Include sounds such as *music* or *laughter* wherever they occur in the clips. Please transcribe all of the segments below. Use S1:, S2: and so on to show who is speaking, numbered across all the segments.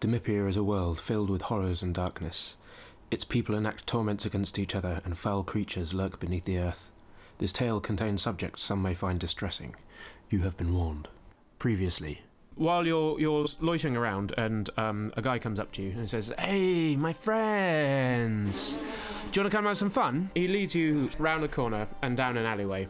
S1: Demipia is a world filled with horrors and darkness. Its people enact torments against each other, and foul creatures lurk beneath the earth. This tale contains subjects some may find distressing. You have been warned. Previously. While you're you're loitering around, and um, a guy comes up to you and says, "Hey, my friends, do you want to come have some fun?" He leads you round a corner and down an alleyway,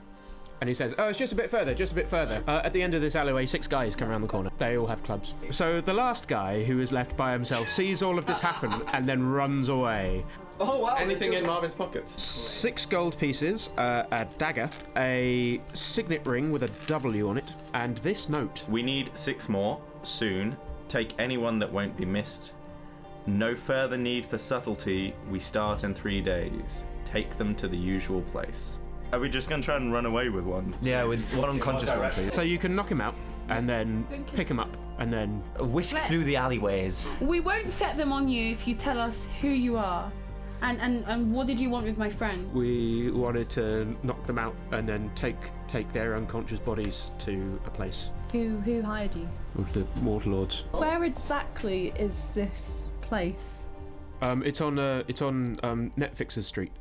S1: and he says, "Oh, it's just a bit further, just a bit further." Uh, at the end of this alleyway, six guys come around the corner. They all have clubs. So the last guy who is left by himself sees all of this happen and then runs away.
S2: Oh wow!
S3: Anything in Marvin's pockets?
S1: Six gold pieces, uh, a dagger, a signet ring with a W on it, and this note.
S3: We need six more soon. Take anyone that won't be missed. No further need for subtlety. We start in three days. Take them to the usual place. Are we just gonna try and run away with one?
S4: Yeah, with one unconscious one, please.
S1: So you can knock him out and then pick him up and then
S4: Whisk
S5: Sweat.
S4: through the
S5: *laughs*
S4: alleyways.
S5: We won't set them on you if you tell us who you are. And, and, and what did you want with my friend?
S1: we wanted to knock them out and then take take their unconscious bodies to a place.
S6: Who who hired you?
S1: The Waterlords.
S6: Where exactly is this place?
S1: Um, it's on uh, it's on um, Netflix's street.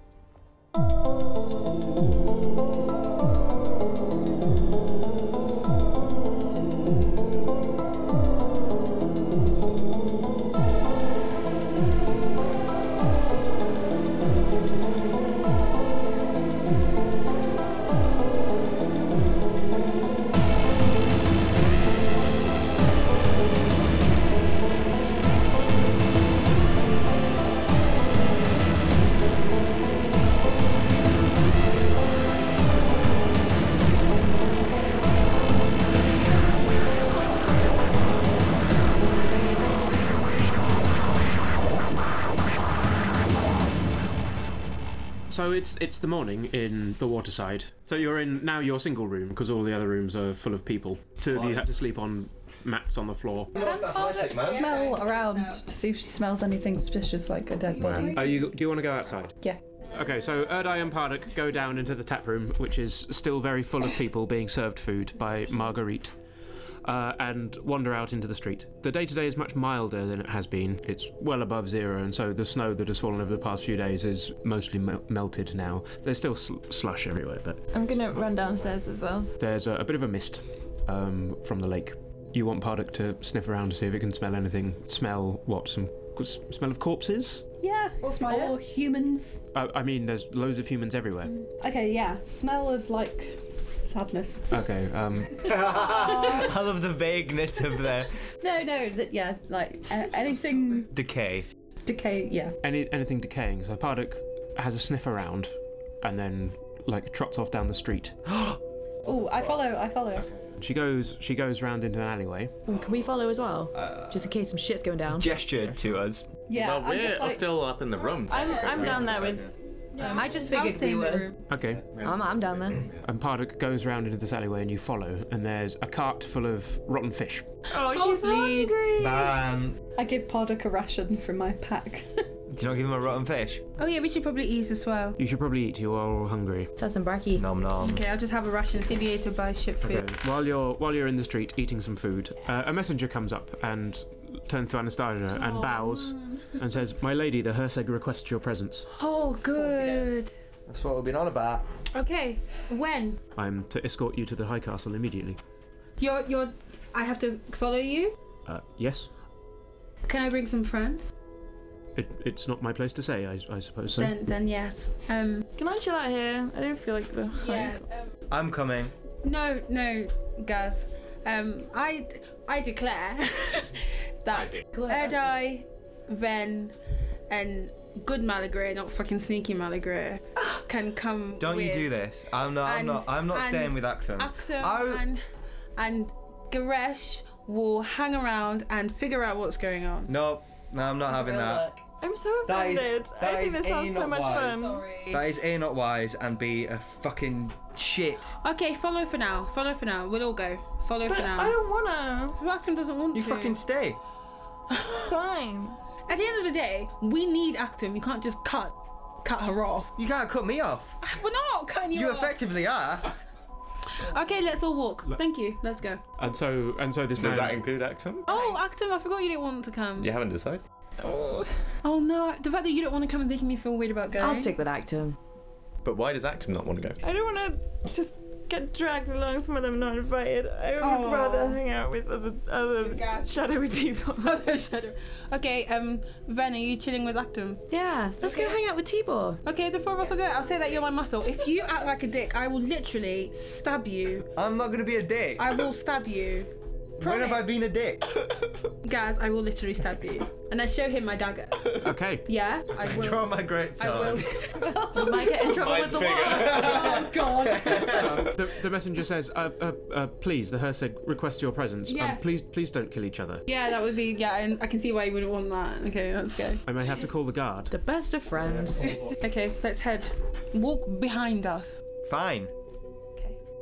S1: So it's it's the morning in the waterside. So you're in now your single room because all the other rooms are full of people. Two of you have to sleep on mats on the floor.
S2: athletic, man.
S6: Smell around to see if she smells anything suspicious like a dead body.
S1: Are you do you want to go outside?
S6: Yeah.
S1: Okay, so Erdai and Parduk go down into the tap room, which is still very full of people being served food by Marguerite, uh, and wander out into the street. The day today is much milder than it has been. It's well above zero, and so the snow that has fallen over the past few days is mostly mel- melted now. There's still sl- slush everywhere, but
S7: I'm gonna run downstairs as well.
S1: there's a, a bit of a mist um, from the lake. You want Parduk to sniff around to see if it can smell anything. Smell what? Some s- smell of corpses?
S6: Yeah. Or, humans.
S1: Uh, I mean, there's loads of humans everywhere.
S6: Okay, yeah. Smell of like sadness.
S1: Okay, um,
S4: I love the vagueness of the
S6: No, no. That yeah. Like a- anything
S4: decay.
S6: decay. Yeah.
S1: any anything decaying. So Parduk has a sniff around, and then like trots off down the street.
S6: Oh, I follow. I follow.
S1: She goes she goes round into an alleyway.
S8: Can we follow as well? Just in case some shit's going down.
S4: Gestured to us.
S6: Yeah.
S3: Well,
S6: I'm
S3: we're
S6: just like,
S3: still up in the room.
S7: I'm, I'm down there with.
S8: I just figured we were.
S1: Okay,
S8: I'm, I'm down there.
S1: and Parduk goes round into this alleyway, and you follow. And there's a cart full of rotten fish.
S7: Oh, she's lead.
S4: Man,
S6: I give Parduk a ration from my pack. *laughs*
S4: do you not give him a rotten fish?
S5: Oh yeah, we should probably eat as well.
S1: You should probably eat. You are all hungry.
S8: Tell some bracky.
S4: Nom nom.
S5: Okay, I'll just have a ration. See if you're able to buy ship food.
S1: Okay. While you're while you're in the street eating some food, uh, a messenger comes up and turns to Anastasia and bows and says, "My lady, the Herceg requests your presence.
S5: Oh, good.
S2: That's what we've been on about.
S5: Okay, when
S1: I'm to escort you to the High Castle immediately."
S5: you're you're, I have to follow you.
S1: Uh, yes.
S5: Can I bring some friends?
S1: It, it's not my place to say, I, I suppose. So.
S5: Then then yes. Um.
S7: Can I chill out here? I don't feel like the.
S5: Yeah. um,
S4: I'm coming.
S5: no no, Gaz. Um. I I declare *laughs* that Erdai, Ven, and good Malagre, not fucking sneaky Malagre, can come.
S4: Don't you
S5: with
S4: do this. I'm not. I'm
S5: and-
S4: not. I'm not
S5: and
S4: staying with Acton.
S5: Actum
S4: I-
S5: and and Goresh will hang around and figure out what's going on.
S4: No, no, I'm not having that.
S7: I'm so
S4: That is-
S7: offended.
S4: that
S7: I think
S4: is
S7: this sounds so
S4: anal
S7: much
S4: wise.
S7: fun.
S4: That is a not wise and b a fucking shit.
S5: Okay, follow for now. Follow for now. We'll all go. Follow
S7: But
S5: for now.
S7: I don't wanna.
S5: Actum doesn't want
S4: You
S5: to.
S4: fucking stay.
S7: Fine.
S5: At the end of the day, we need Actum. You can't just cut cut her off. *laughs*
S4: You can't cut me off.
S5: We're not cutting you,
S4: You
S5: off.
S4: effectively are.
S5: Okay, let's all walk.
S9: Le-
S5: Thank you. Let's go.
S9: And so, and so this
S3: Does
S9: man.
S3: that include Actum?
S5: Oh, Actum, I forgot you didn't want to come.
S3: You haven't decided.
S7: Oh.
S5: Oh no, the fact that you don't want to come is making me feel weird about going.
S8: I'll stick with Actum.
S3: But why does Actum not want to go?
S7: I don't want to just get dragged along somewhere I'm not invited. I would
S5: Aw.
S7: rather hang out with other,
S5: With
S7: other
S5: guys. *laughs*
S7: shadowy people.
S5: Shadow. Okay, um, Ven, are you chilling with Lactum?
S8: Yeah, let's go hang out with Tibor.
S5: Okay, the four of us will go. I'll say that you're my muscle. If you act like a dick, I will literally stab you.
S4: I'm not gonna be a dick.
S5: I will stab you.
S4: when
S5: Promise.
S4: have I been a dick?
S5: Guys, I will literally stab you. And I show him my dagger.
S9: Okay.
S5: Yeah?
S4: *laughs*
S5: I will.
S4: Draw my great
S5: I will.
S4: sword.
S5: *laughs*
S8: You might get in trouble with the wall.
S5: oh, God.
S9: Um, the, the messenger says, uh, uh, uh, "Please, the Herseg requests your presence. Um,
S5: Yes.
S9: please, please don't kill each other.
S5: Yeah, that would be. Yeah, and I can see why you wouldn't want that. Okay, let's go.
S9: I may have to call the guard."
S8: The best of friends.
S5: Okay, let's head. Walk behind us.
S4: Fine.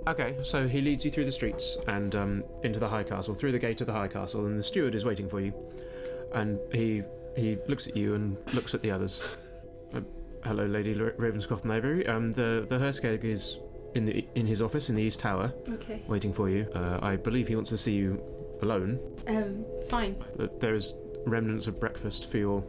S9: Okay, so he leads you through the streets and um, into the high castle, through the gate of the high castle, and the steward is waiting for you. And he he looks at you and looks at the others. Uh, hello, Lady Ra- Ravenscroft and Ivory. Um, the the Herskeg is in the in his office in the east tower,
S5: Okay.
S9: waiting for you. Uh, I believe he wants to see you alone.
S5: Um, fine.
S9: Uh, There is remnants of breakfast for your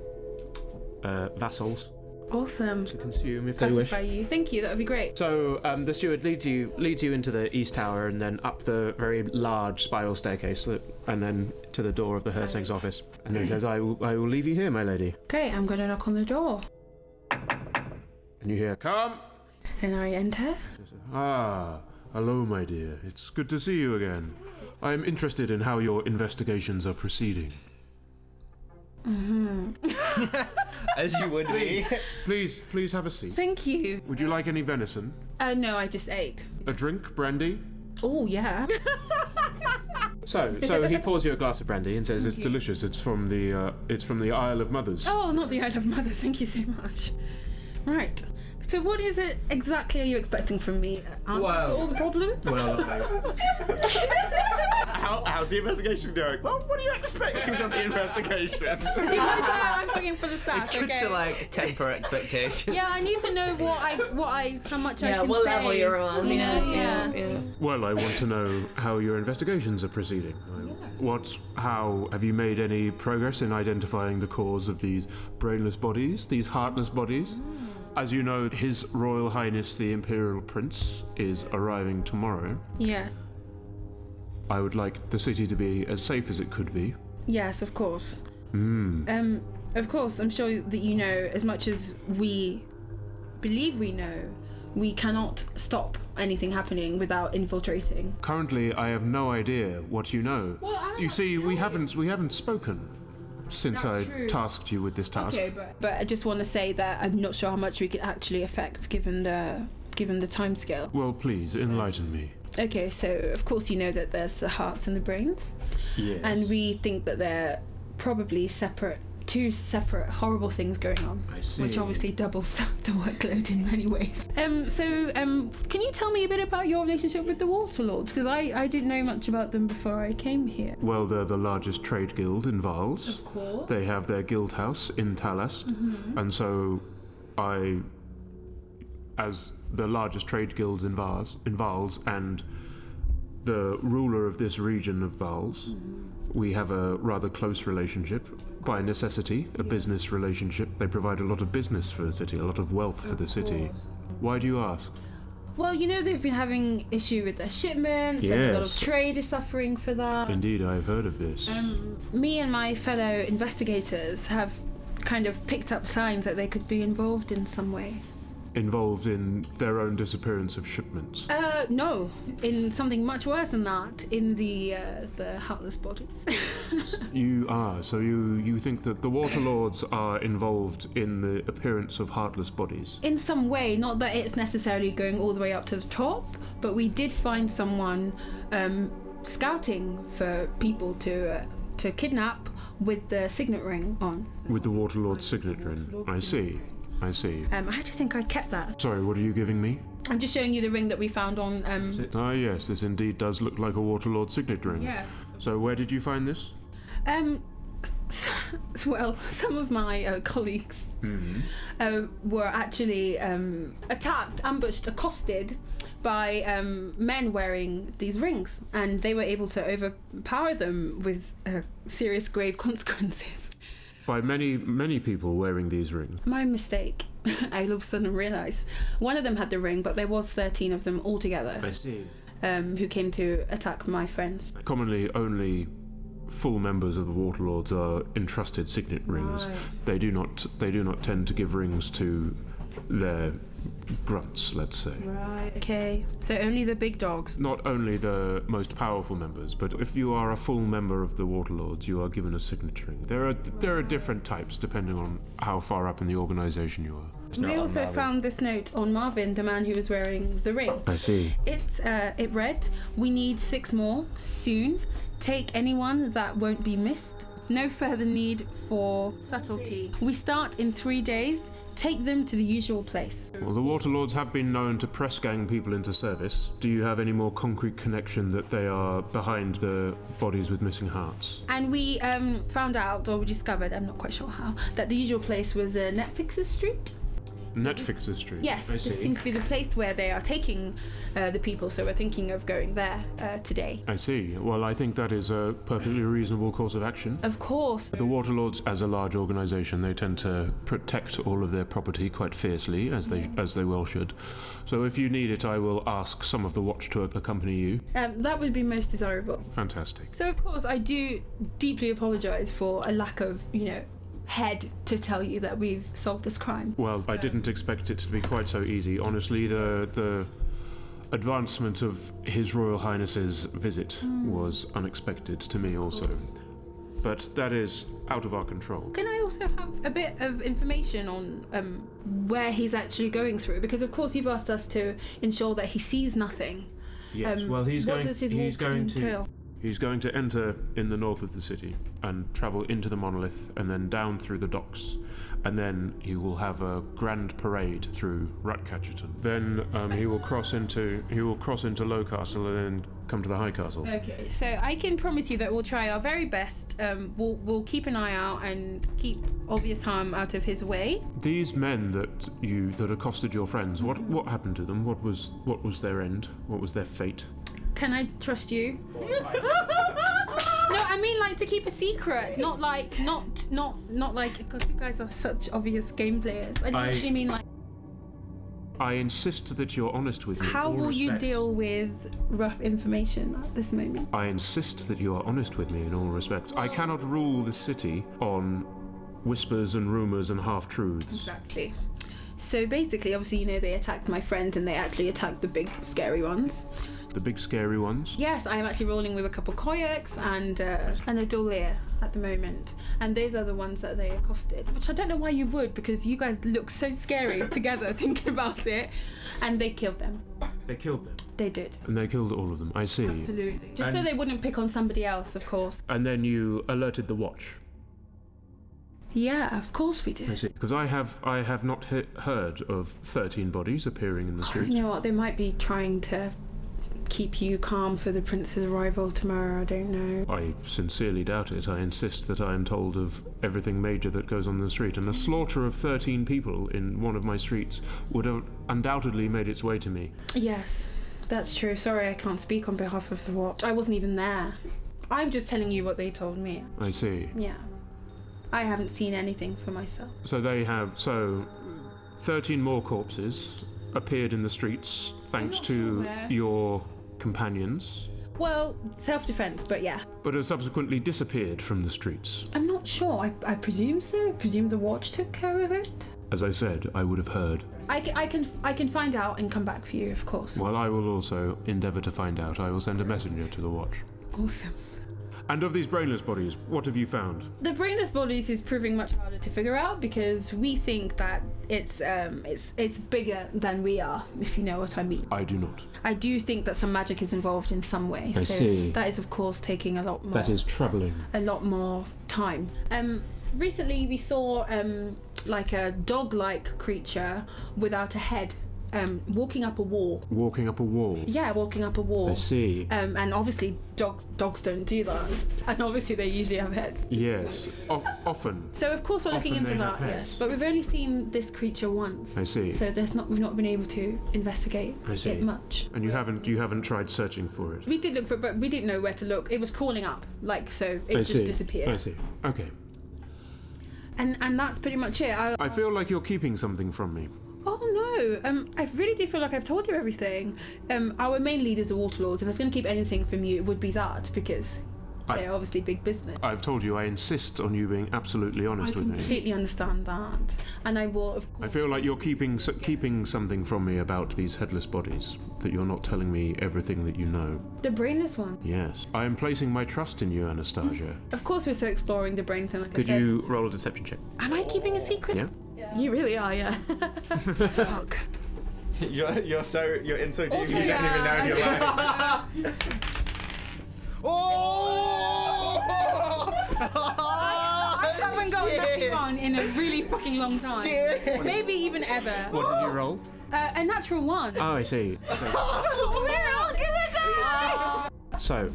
S9: uh, vassals
S5: Awesome.
S9: to consume if they wish.
S5: Pacify you. Thank you. That would be great.
S9: So um, the steward leads you leads you into the east tower and then up the very large spiral staircase that, and then to the door of the Herseg's office. And then says, "I will I will leave you here, my lady."
S5: Great. I'm gonna knock on the door.
S9: And you hear, "Come."
S5: And I enter.
S1: Ah, hello, my dear. It's good to see you again. I am interested in how your investigations are proceeding.
S4: As you would be.
S1: Please, please have a seat.
S5: Thank you.
S1: Would you like any venison?
S5: Uh, no, I just ate.
S1: A drink? Brandy?
S5: Oh yeah. *laughs*
S9: So so he pours you a glass of brandy and says,
S1: It's delicious. It's from the uh, it's from the Isle of Mothers.
S5: oh, not the Isle of Mother. Thank you so much. Right. So what is it exactly are you expecting from me? Answers to
S4: Well-
S5: all the problems? *laughs*
S3: How, how's the investigation going? Well, what are you expecting from the
S4: *laughs*
S3: investigation?
S5: you guys know uh, I'm fucking for the sack.
S4: it's good
S5: okay?
S4: to like temper expectations.
S5: Yeah, I need to know what I what I how much I
S8: Yeah,
S5: can
S8: we'll
S5: say.
S8: level you on.
S5: You
S8: Yeah,
S5: know,
S8: yeah,
S5: yeah.
S8: yeah.
S1: Well, I want to know how your investigations are proceeding. What, how, have you made any progress in identifying the cause of these brainless bodies, these heartless bodies?
S5: Hmm.
S1: As you know, His Royal Highness the Imperial Prince is arriving tomorrow.
S5: Yes.
S1: I would like the city to be as safe as it could be.
S5: Yes, of course. Um, of course, I'm sure that you know as much as we believe we know. We cannot stop anything happening without infiltrating.
S1: Currently, I have no idea what you know.
S5: Well, I don't
S1: you
S5: have to
S1: see,
S5: tell
S1: we
S5: you.
S1: haven't we haven't spoken since
S5: That's
S1: I
S5: true.
S1: tasked you with this task.
S5: Okay, but but I just want to say that I'm not sure how much we could actually affect given the given the timescale.
S1: Well, please enlighten me.
S5: Okay, so of course you know that there's the hearts and the brains,
S9: yes.
S5: and we think that they're probably separate, two separate horrible things going on.
S9: I see.
S5: which obviously doubles *laughs* the workload in many ways. Um, so, um, can you tell me a bit about your relationship with the Waterlords? Because I, I didn't know much about them before I came here.
S1: Well, they're the largest trade guild in Vals.
S5: Of course. Mm-hmm.
S1: They have their guild house in Tallast, and so I, as the largest trade guild in Vals, in Vals and the ruler of this region of Vals,
S5: Mm-hmm.
S1: we have a rather close relationship by necessity, a business relationship. They provide a lot of business for the city, a lot of wealth for the city. Why do you ask?
S5: Well, you know they've been having issue with their shipments, and a lot of
S1: Yes.
S5: trade is suffering for that.
S1: Indeed, I have heard of this.
S5: Um, me and my fellow investigators have kind of picked up signs that they could be involved in some way.
S1: Involved in their own disappearance of shipments.
S5: Uh, no, in something much worse than that, in the uh, the heartless bodies. *laughs*
S1: You are so you you think that the Waterlords are involved in the appearance of heartless bodies?
S5: in some way not that it's necessarily going all the way up to the top but we did find someone um, scouting for people to uh, to kidnap with the signet ring on
S1: With the Waterlord's signet ring. I see. I see.
S5: um, i actually think i kept that
S1: Sorry, what are you giving me?
S5: i'm just showing you the ring that we found on um,
S1: Ah, yes, this indeed does look like a Waterlord signet ring.
S5: yes
S1: So where did you find this?
S5: um s- *laughs* s- well some of my uh, colleagues uh, were actually um, attacked ambushed accosted by um, men wearing these rings, and they were able to overpower them with uh, serious, grave *laughs* consequences.
S1: By many, many people wearing these rings.
S5: My mistake. *laughs* I all of a sudden realised one of them had the ring, but there was thirteen of them altogether
S1: see.
S5: um, who came to attack my friends.
S1: Commonly, only full members of the Waterlords are entrusted signet rings. They do not. They do not tend to give rings to their grunts. Let's say.
S5: Okay, so only the big dogs.
S1: Not only the most powerful members, but if you are a full member of the Waterlords, you are given a signet ring. There are there are different types depending on how far up in the organisation you are.
S5: We also found this note on Marvin, the man who was wearing the ring.
S1: I see.
S5: It uh, it read, "We need six more soon. Take anyone that won't be missed. No further need for subtlety. We start in three days. Take them to the usual place.
S1: Well, the Waterlords have been known to press gang people into service. Do you have any more concrete connection that they are behind the bodies with missing hearts?
S5: And we um, found out, or we discovered, I'm not quite sure how, that the usual place was uh, Netflix's street.
S1: Netflix's street.
S5: Yes,
S1: I
S5: this
S1: see.
S5: seems to be the place where they are taking uh, the people. So we're thinking of going there uh, today.
S1: I see. Well, I think that is a perfectly reasonable course of action.
S5: Of course,
S1: The Waterlords, as a large organisation, they tend to protect all of their property quite fiercely, as they as they well should. So, if you need it, I will ask some of the Watch to accompany you.
S5: um, that would be most desirable.
S1: Fantastic.
S5: So of course I do deeply apologise for a lack of, you know, head to tell you that we've solved this crime.
S1: Well, I didn't expect it to be quite so easy. Honestly, the the advancement of His Royal Highness's visit
S5: Hmm.
S1: was unexpected to me also. But that is out of our control.
S5: Can I also have a bit of information on um, where he's actually going through? Because of course you've asked us to ensure that he sees nothing. Um, what Does his walk entail?
S1: He's going to enter in the north of the city and travel into the monolith and then down through the docks. And then he will have a grand parade through Ratcatcherton. Then um, he will cross into he will cross into Low Castle and then come to the High Castle.
S5: Okay, so I can promise you that we'll try our very best. Um, we'll we'll keep an eye out and keep obvious harm out of his way.
S1: These men that you that accosted your friends, what what happened to them? What was what was their end? What was their fate?
S5: Can I trust you? No, I mean like to keep a secret, not like not not not like God, you guys are such obvious game players. I
S1: I-
S5: literally mean like
S1: I insist that you're honest with me. in
S5: how
S1: all
S5: will you
S1: respects.
S5: deal with rough information at this moment?
S1: I insist that you are honest with me in all respects. I cannot rule the city on whispers and rumors and half truths.
S5: Exactly. So basically, obviously, you know they attacked my friend and they actually attacked the big scary ones.
S1: The big scary ones.
S5: Yes, I am actually rolling with a couple koyaks and uh, and a dolir at the moment, and those are the ones that they accosted. Which I don't know why you would, because you guys look so scary together thinking about it, and they killed them.
S1: They killed them.
S5: They did.
S1: And they killed all of them. I see.
S5: Absolutely. Just so
S1: And-
S5: they wouldn't pick on somebody else, of course.
S1: And then you alerted the watch.
S5: Yeah, of course we
S1: I
S5: did.
S1: see. Because I have I have not he- heard of 13 bodies appearing in the street.
S5: You know what? They might be trying to keep you calm for the prince's arrival tomorrow. I don't know.
S1: I sincerely doubt it. I insist that I am told of everything major that goes on in the street, and the slaughter of 13 people in one of my streets would have undoubtedly made its way to me.
S5: Yes, that's true. Sorry, I can't speak on behalf of the watch. I wasn't even there. I'm just telling you what they told me.
S1: I see.
S5: Yeah. I haven't seen anything for myself.
S1: So they have so 13 more corpses appeared in the streets thanks
S5: not
S1: to
S5: sure where.
S1: your companions,
S5: Well, self defense, but yeah.
S1: but have subsequently disappeared from the streets.
S5: I'm not sure. I, I presume so. I presume the watch took care of it.
S1: As I said, I would have heard.
S5: I, ca- I, can, I can find out and come back for you, of course.
S1: Well, I will also endeavour to find out. I will send a messenger to the watch.
S5: Awesome.
S1: And of these brainless bodies, what have you found?
S5: The brainless bodies is proving much harder to figure out because we think that it's um it's it's bigger than we are, if you know what I mean.
S1: I do not.
S5: I do think that some magic is involved in some way.
S1: I
S5: so
S1: see.
S5: that is of course taking a lot more
S1: That is troubling.
S5: a lot more time. Um recently we saw um like a dog like creature without a head um, walking up a wall.
S1: Walking up a wall.
S5: Yeah, walking up a wall.
S1: I see.
S5: Um, and obviously, dogs dogs don't do that. And obviously, they usually have heads.
S1: Yes. Of often.
S5: So of course, we're looking
S1: Often
S5: into
S1: they have
S5: that.
S1: heads.
S5: But we've only seen this creature once.
S1: I see.
S5: So there's not we've not been able to investigate
S1: I see.
S5: it much.
S1: And you haven't you haven't tried searching for it.
S5: We did look for, it, but we didn't know where to look. It was calling up, like so. It
S1: I
S5: just
S1: see.
S5: disappeared.
S1: I see. Okay.
S5: And and that's pretty much it. I,
S1: I feel like you're keeping something from me.
S5: oh no, um, I really do feel like I've told you everything. Um, our main leaders, the Waterlords. If I was going to keep anything from you, it would be that because
S1: I-
S5: they're obviously big business.
S1: I've told you I insist on you being absolutely
S5: I
S1: honest with me.
S5: completely understand that, and I will of
S1: I
S5: course.
S1: feel like you're keeping s keeping something from me about these headless bodies that you're not telling me everything that you know.
S5: the brainless one.
S1: Yes, I am placing my trust in you, Anastasia.
S5: Of course, we're still exploring the brain thing. Like I
S1: Could
S5: said.
S1: you roll a deception check?
S5: Am I keeping a secret? *laughs*
S1: Yeah.
S8: You really are, *laughs* yeah.
S5: Fuck.
S3: You're, you're so you're in so deep
S5: Also,
S10: *laughs*
S3: you don't even know
S5: yeah,
S3: if you're lying.
S4: Oh!
S5: I haven't got nothing on in a really fucking long time.
S4: Shit.
S5: Maybe even ever.
S1: What did you roll?
S5: Uh, a natural one.
S1: Oh, I see.
S10: Ah.
S1: So,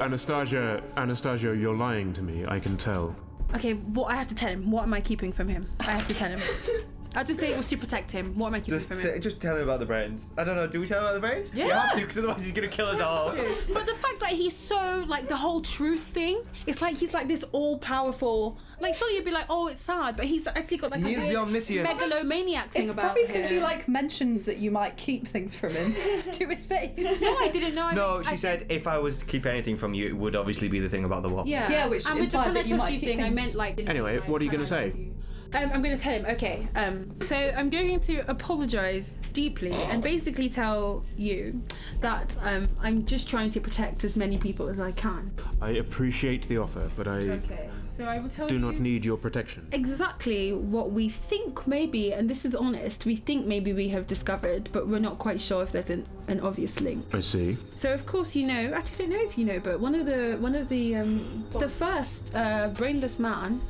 S1: Anastasia, Anastasia, you're lying to me. I can tell.
S5: Okay, what I have to tell him. What am I keeping from him? I have to tell him. I'll just say it was to protect him. What am I keeping
S10: Just,
S5: from
S10: say-
S5: him?
S10: just tell him about the brains. I don't know. Do we tell him about the brains?
S5: Yeah.
S10: You have to, because otherwise he's gonna kill us all.
S5: Too. But the fact that he's so like the whole truth thing, it's like he's like this all powerful. Like surely you'd be like, oh, it's sad, but he's actually got like
S10: He
S5: a
S10: is the
S5: weird
S10: omniscient.
S5: megalomaniac thing
S6: It's
S5: about
S6: probably because
S5: him.
S6: you like mentioned that you might keep things from him *laughs* to his face.
S5: No, I didn't know. I
S10: No,
S5: mean,
S10: she
S5: I-
S10: said if I was to keep anything from you, it would obviously be the thing about the wall.
S5: Yeah.
S6: Yeah, which
S5: and with the
S6: implied
S5: can I
S6: that you
S5: trust
S6: might
S5: you
S6: keep
S5: thing, I
S6: things-
S5: meant like.
S1: Anyway, what are you
S5: can
S1: gonna
S5: I
S1: say?
S5: do? Um, I'm going to tell him. Okay. Um, so I'm going to apologise deeply and basically tell you that um, I'm just trying to protect as many people as I can.
S1: I appreciate the offer, but I
S5: Okay. So I will tell
S1: do
S5: you.
S1: not need your protection.
S5: Exactly what we think, maybe, and this is honest, we think maybe we have discovered, but we're not quite sure if there's an, an obvious link.
S1: I see.
S5: So of course you know. Actually, I don't know if you know, but one of the one of the um, the first uh, brainless man.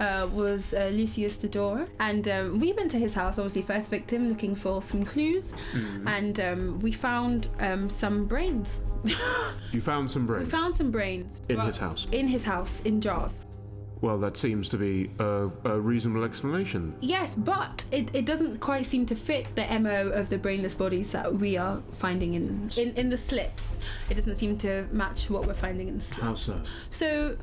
S5: Uh, was uh, Lucius Dodor, and um, we went to his house, obviously first victim, looking for some clues,
S1: Mm-hmm.
S5: and um, we found um, some brains. *laughs*
S1: You found some
S5: we
S1: brains
S5: found some brains
S1: in
S5: Well,
S1: his house.
S5: In his house, in jars.
S1: Well, that seems to be a, a reasonable explanation.
S5: Yes, but it, it doesn't quite seem to fit the mo of the brainless bodies that we are finding in in, in the slips. It doesn't seem to match what we're finding in the slips.
S1: How so?
S5: So,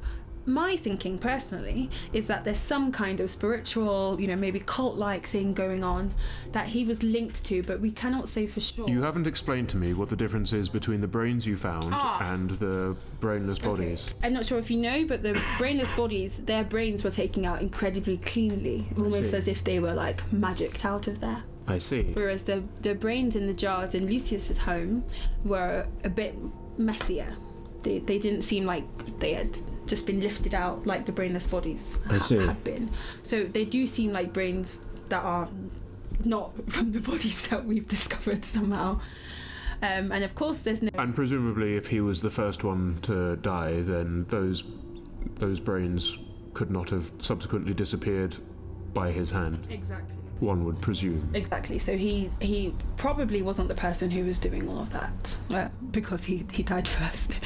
S5: my thinking personally is that there's some kind of spiritual, you know, maybe cult like thing going on that he was linked to, but we cannot say for sure.
S1: You haven't explained to me what the difference is between the brains you found
S5: Ah.
S1: and the brainless bodies.
S5: I'm not sure if you know, but the brainless bodies, their brains were taken out incredibly cleanly, almost
S1: see.
S5: as if they were like magicked out of there.
S1: I see.
S5: Whereas the, the brains in the jars in Lucius's home were a bit messier. They, they didn't seem like they had just been lifted out like the brainless bodies
S1: I
S5: ha-
S1: see.
S5: had been. So they do seem like brains that are not from the bodies *laughs* that we've discovered somehow. Um, and of course, there's no.
S1: And presumably, if he was the first one to die, then those those brains could not have subsequently disappeared by his hand.
S5: Exactly.
S1: One would presume.
S5: Exactly. So he he probably wasn't the person who was doing all of that uh, because he, he died *laughs* first.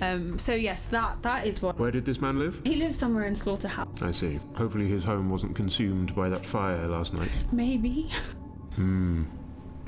S5: Um, so yes, that that is what
S1: Where did this man live?
S5: he lives somewhere in slaughterhouse.
S1: I see. Hopefully, his home wasn't consumed by that fire last night.
S5: Maybe.
S1: Hmm.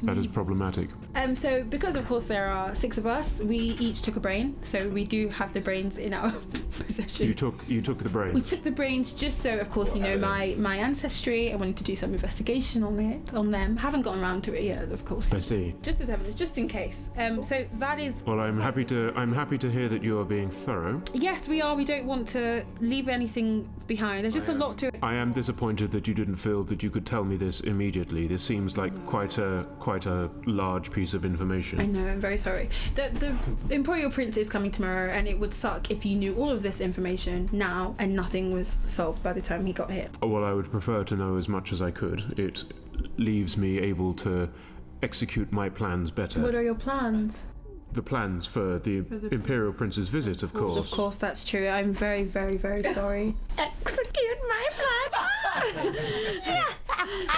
S1: That
S5: Mm.
S1: is problematic.
S5: Um, so because of course there are six of us, we each took a brain, so we do have the brains in our *laughs* possession.
S1: You took you took the
S5: we
S1: brain.
S5: took the brains just so, of course, you know my my ancestry. I wanted to do some investigation on it on them. Haven't gotten around to it yet, of course.
S1: I see.
S5: Just as evidence, just in case. Um, so that is
S1: Well, I'm happy to I'm happy to hear that you are being thorough.
S5: yes, we are. We don't want to leave anything behind. There's just a lot to it.
S1: I am disappointed that you didn't feel that you could tell me this immediately. This seems like quite a quite a large piece of
S5: I
S1: information.
S5: know, I'm very sorry. The, the Imperial Prince is coming tomorrow, and it would suck if you knew all of this information now and nothing was solved by the time he got here.
S1: Well, I would prefer to know as much as I could. It leaves me able to execute my plans
S5: What
S1: better.
S5: are your plans?
S1: The plans for the
S5: the-
S1: Imperial Prince's visit, of
S5: Of
S1: course.
S5: course, that's true. I'm very, very, very sorry.
S7: Execute my plan.
S5: *laughs*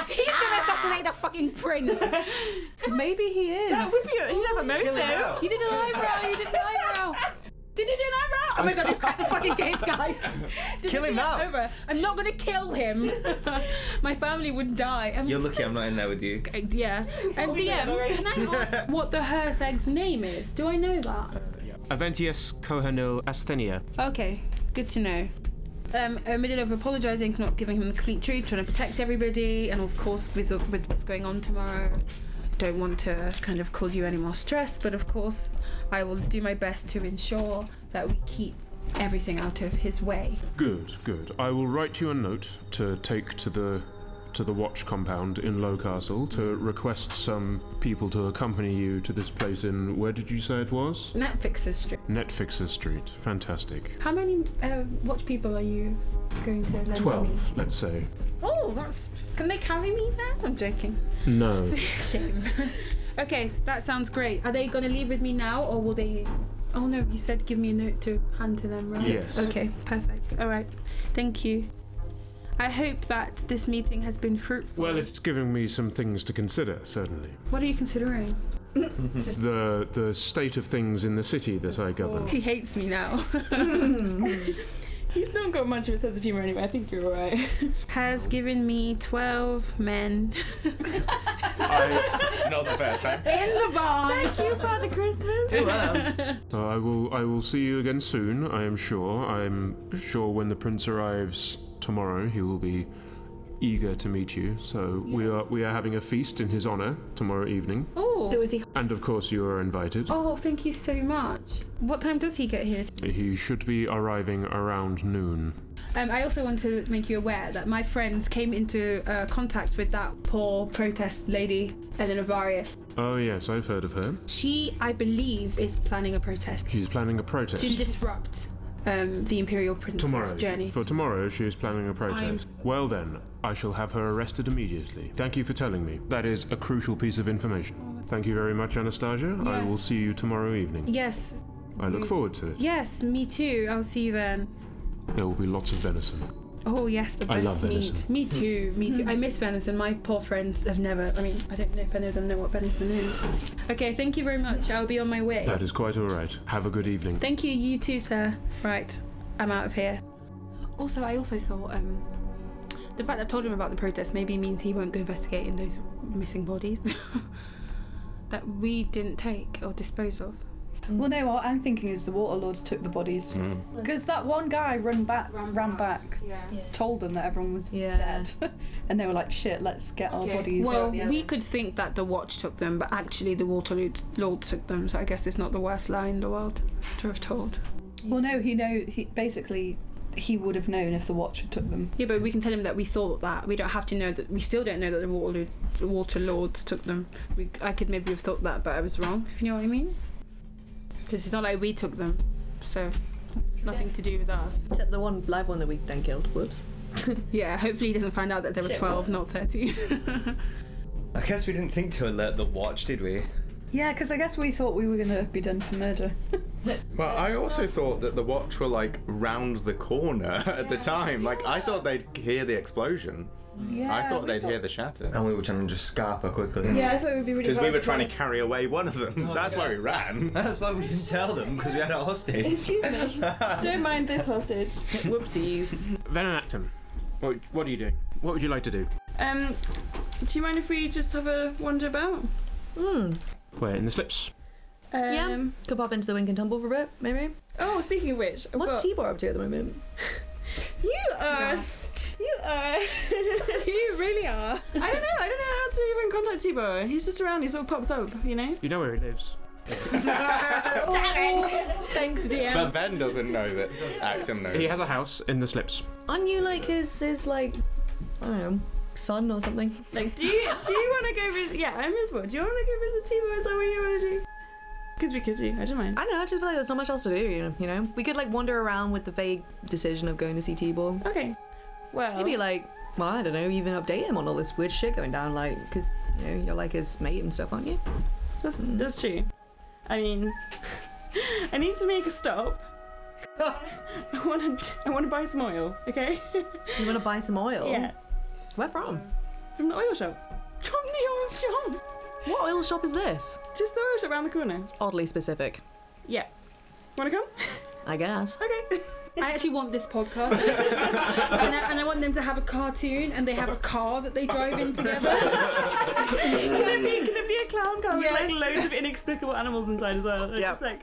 S5: He's gonna assassinate the fucking prince. *laughs* Maybe he is.
S7: That would be. A, he'd have a motive.
S5: You did an eyebrow. You did an eyebrow. *laughs* Did you do an eyebrow? Oh my god, you cracked the fucking case, guys. Did
S10: Kill
S5: you
S10: him
S5: do it
S10: now.
S5: Over. I'm not gonna kill him. my family would die. I'm
S10: You're lucky I'm not in there with you.
S5: Uh, Yeah. And DM, can I ask what the Herzeg's name is? Do I know that?
S1: Aventius Cohenil Asthenia.
S5: Okay, good to know. Um, in the middle of apologising for not giving him the complete truth, trying to protect everybody, and of course with uh, with what's going on tomorrow, don't want to kind of cause you any more stress. But of course, I will do my best to ensure that we keep everything out of his way.
S1: Good, good. I will write you a note to take to the to the watch compound in Lowcastle to request some people to accompany you to this place in where did you say it was?
S5: Netflix's strip.
S1: Netfixer Street. Fantastic.
S5: How many uh, watch people are you going to lend me?
S1: Twelve, let's say.
S5: Oh, that's. Can they carry me there? I'm joking.
S1: No.
S5: *laughs* Shame. okay, that sounds great. Are they going to leave with me now or will they. Oh no, you said give me a note to hand to them, right?
S1: Yes.
S5: Okay, perfect. All right. Thank you. I hope that this meeting has been fruitful.
S1: Well, it's giving me some things to consider, certainly.
S5: What are you considering?
S1: The the state of things in the city that I govern.
S5: He hates me now.
S7: He's not got much of a sense of humor anyway. I think you're right.
S5: *laughs* has given me 12 men.
S3: I, not the first time.
S7: *laughs* Thank you, Father Christmas.
S1: Uh, I will I will see you again soon, I am sure. I'm sure when the prince arrives tomorrow he will be eager to meet you. So we are we are having a feast in his honor tomorrow evening.
S8: There
S5: Oh,
S8: was he. *laughs*
S1: And of course you are invited.
S5: oh, thank you so much. What time does he get here?
S1: He should be arriving around noon.
S5: Um, I also want to make you aware that my friends came into uh, contact with that poor protest lady, Eleanor Varius.
S1: Oh yes, I've heard of her.
S5: She, I believe, is planning a protest
S1: She's planning a
S5: to
S1: protest.
S5: disrupt um, the Imperial Princess
S1: Tomorrow.
S5: journey.
S1: For tomorrow, she is planning a protest. Well, then, I shall have her arrested immediately. Thank you for telling me. That is a crucial piece of information. Thank you very much, Anastasia. I
S5: Yes.
S1: will see you tomorrow evening.
S5: Yes,
S1: I look forward to it.
S5: yes, me too. I'll see you then.
S1: There will be lots of venison.
S5: Oh yes, the
S1: I
S5: best
S1: love
S5: meat.
S1: venison. Hmm.
S5: Me too, me too. I miss venison. My poor friends have never. I mean, I don't know if any of them know what venison is. Okay, thank you very much. I'll be on my way.
S1: That is quite all right. Have a good evening.
S5: Thank you, you too, sir. Right, I'm out of here. Also, I also thought um, the fact that I've told him about the protest maybe means he won't go investigating those missing bodies *laughs* that we didn't take or dispose of.
S6: Well, no, what I'm thinking is the Waterlords took the bodies
S3: Hmm.
S6: because that one guy run back, ran, back,
S5: Yeah.
S6: told them that everyone was
S8: Yeah.
S6: dead, *laughs* and they were like, "Shit, let's get our bodies."
S5: Well, we could think that the Watch took them, but actually the Waterloo Lord took them. So I guess it's not the worst lie in the world to have told.
S6: well, no, he know he basically he would have known if the Watch had took them.
S5: Yeah, but we can tell him that we thought that. We don't have to know that. We still don't know that the Waterloo the Water Lords took them. We, I could maybe have thought that, but I was wrong. If you know what I mean. Because it's not like we took them, so nothing to do with us.
S8: Except the one live one that we then killed. Whoops.
S5: Yeah, hopefully he doesn't find out that there were twelve, not thirteen. *laughs*
S10: I guess we didn't think to alert the watch, did we?
S6: Yeah, because I guess we thought we were gonna be done for murder. *laughs*
S3: Well, I also thought that the watch were like round the corner *laughs* at the time. Like, I thought they'd hear the explosion.
S6: Yeah,
S3: I thought
S6: we
S3: they'd hear the shatter.
S10: And we were trying to just scarper quickly.
S7: Yeah, I thought it would be really.
S3: Because we
S7: hard
S3: were trying to carry away one of them. That's why we ran.
S10: That's why we didn't tell them because we had our
S5: *laughs*
S10: hostage.
S7: Excuse me. *laughs* Don't mind this hostage.
S8: Whoopsies.
S1: Venonactum, what, what are you doing? What would you like to do?
S7: Um, do you mind if we just have a wander about?
S8: Mm.
S1: Where in the slips?
S7: Um,
S8: Yeah. Could pop into the wink and tumble for a bit, maybe.
S7: Oh, speaking of which, I've
S8: What's
S7: got-
S8: T-Bar up to at the moment?
S7: You are.
S5: Yes.
S7: You are. you really are. I don't know. I don't know how to even contact Tibor. He's just around. He sort of pops up. You know.
S1: You know where he lives.
S5: Thanks, DM.
S3: *laughs* But Ben doesn't know that Actum knows.
S1: He has a house in the slips.
S8: Aren't you like his his like I don't know son or something?
S7: Like, do you do you want to go visit? Yeah, I'm his one. Do you want to go visit Tibor? Is that what you want to do? Because we could do. I don't mind.
S8: I don't know. I just feel like there's not much else to do. You know. You know. We could like wander around with the vague decision of going to see T-Ball.
S7: Okay. Well.
S8: Maybe like well I don't know. Even update him on all this weird shit going down. Like because you know you're like his mate and stuff, aren't you?
S7: That's, that's true. I mean, *laughs* I need to make a stop. I want to. I want to buy some oil. Okay.
S8: You want to buy some oil?
S7: Yeah.
S8: Where from?
S7: From the oil shop.
S5: From the old shop.
S8: What oil shop is this?
S7: Just the oil shop around the corner.
S8: Oddly specific.
S7: Yeah. Wanna come?
S8: I guess.
S7: Okay. *laughs*
S5: I actually want this *laughs* podcast, and, I, and I want them to have a cartoon, and they have a car that they drive in *laughs* together.
S7: Can it be, can it be a clown car
S5: Yes.
S7: with like loads of inexplicable animals inside as well? Like,
S8: Yeah.
S7: Just like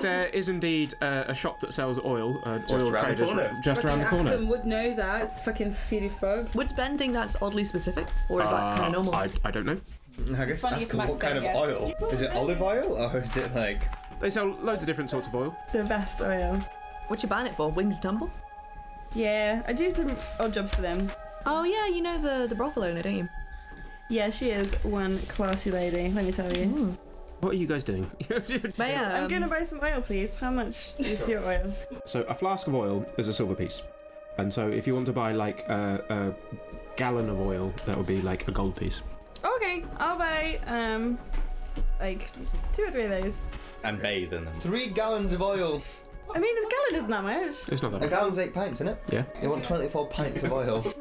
S1: There is indeed uh, a shop that sells oil, uh,
S3: Just
S1: oil
S3: around the
S1: traders,
S3: corner.
S1: just around the corner.
S5: Ashton would know that. It's fucking silly frog.
S8: Would Ben think that's oddly specific? Or is that kind
S1: Uh,
S8: of normal?
S1: I, I don't know.
S10: I guess
S5: Funny
S10: that's
S5: if
S10: cool.
S5: Max
S10: What kind of
S5: said
S10: oil? Is it olive oil or is it like
S1: They sell loads of different sorts of oil.
S7: the best oil.
S8: What you buying it for? Winged Tumble?
S7: Yeah, I do some odd jobs for them.
S8: Oh yeah, you know the, the brothel owner, don't you?
S7: Yeah, she is one classy lady, let me tell you.
S1: What are you guys doing?
S8: May I,
S7: I'm
S8: um,
S7: gonna buy some oil, please. How much is your oil?
S1: so a flask of oil is a silver piece, and so if you want to buy like a, a gallon of oil, that would be like a gold piece.
S7: Okay, I'll buy um like two or three of those.
S3: and bathe in them.
S4: Three gallons of oil.
S7: I mean, a gallon isn't that much.
S1: It's not that.
S4: A
S1: much.
S4: gallon's eight pints, isn't it?
S1: Yeah.
S4: You want 24 pints of
S5: *laughs*
S4: oil.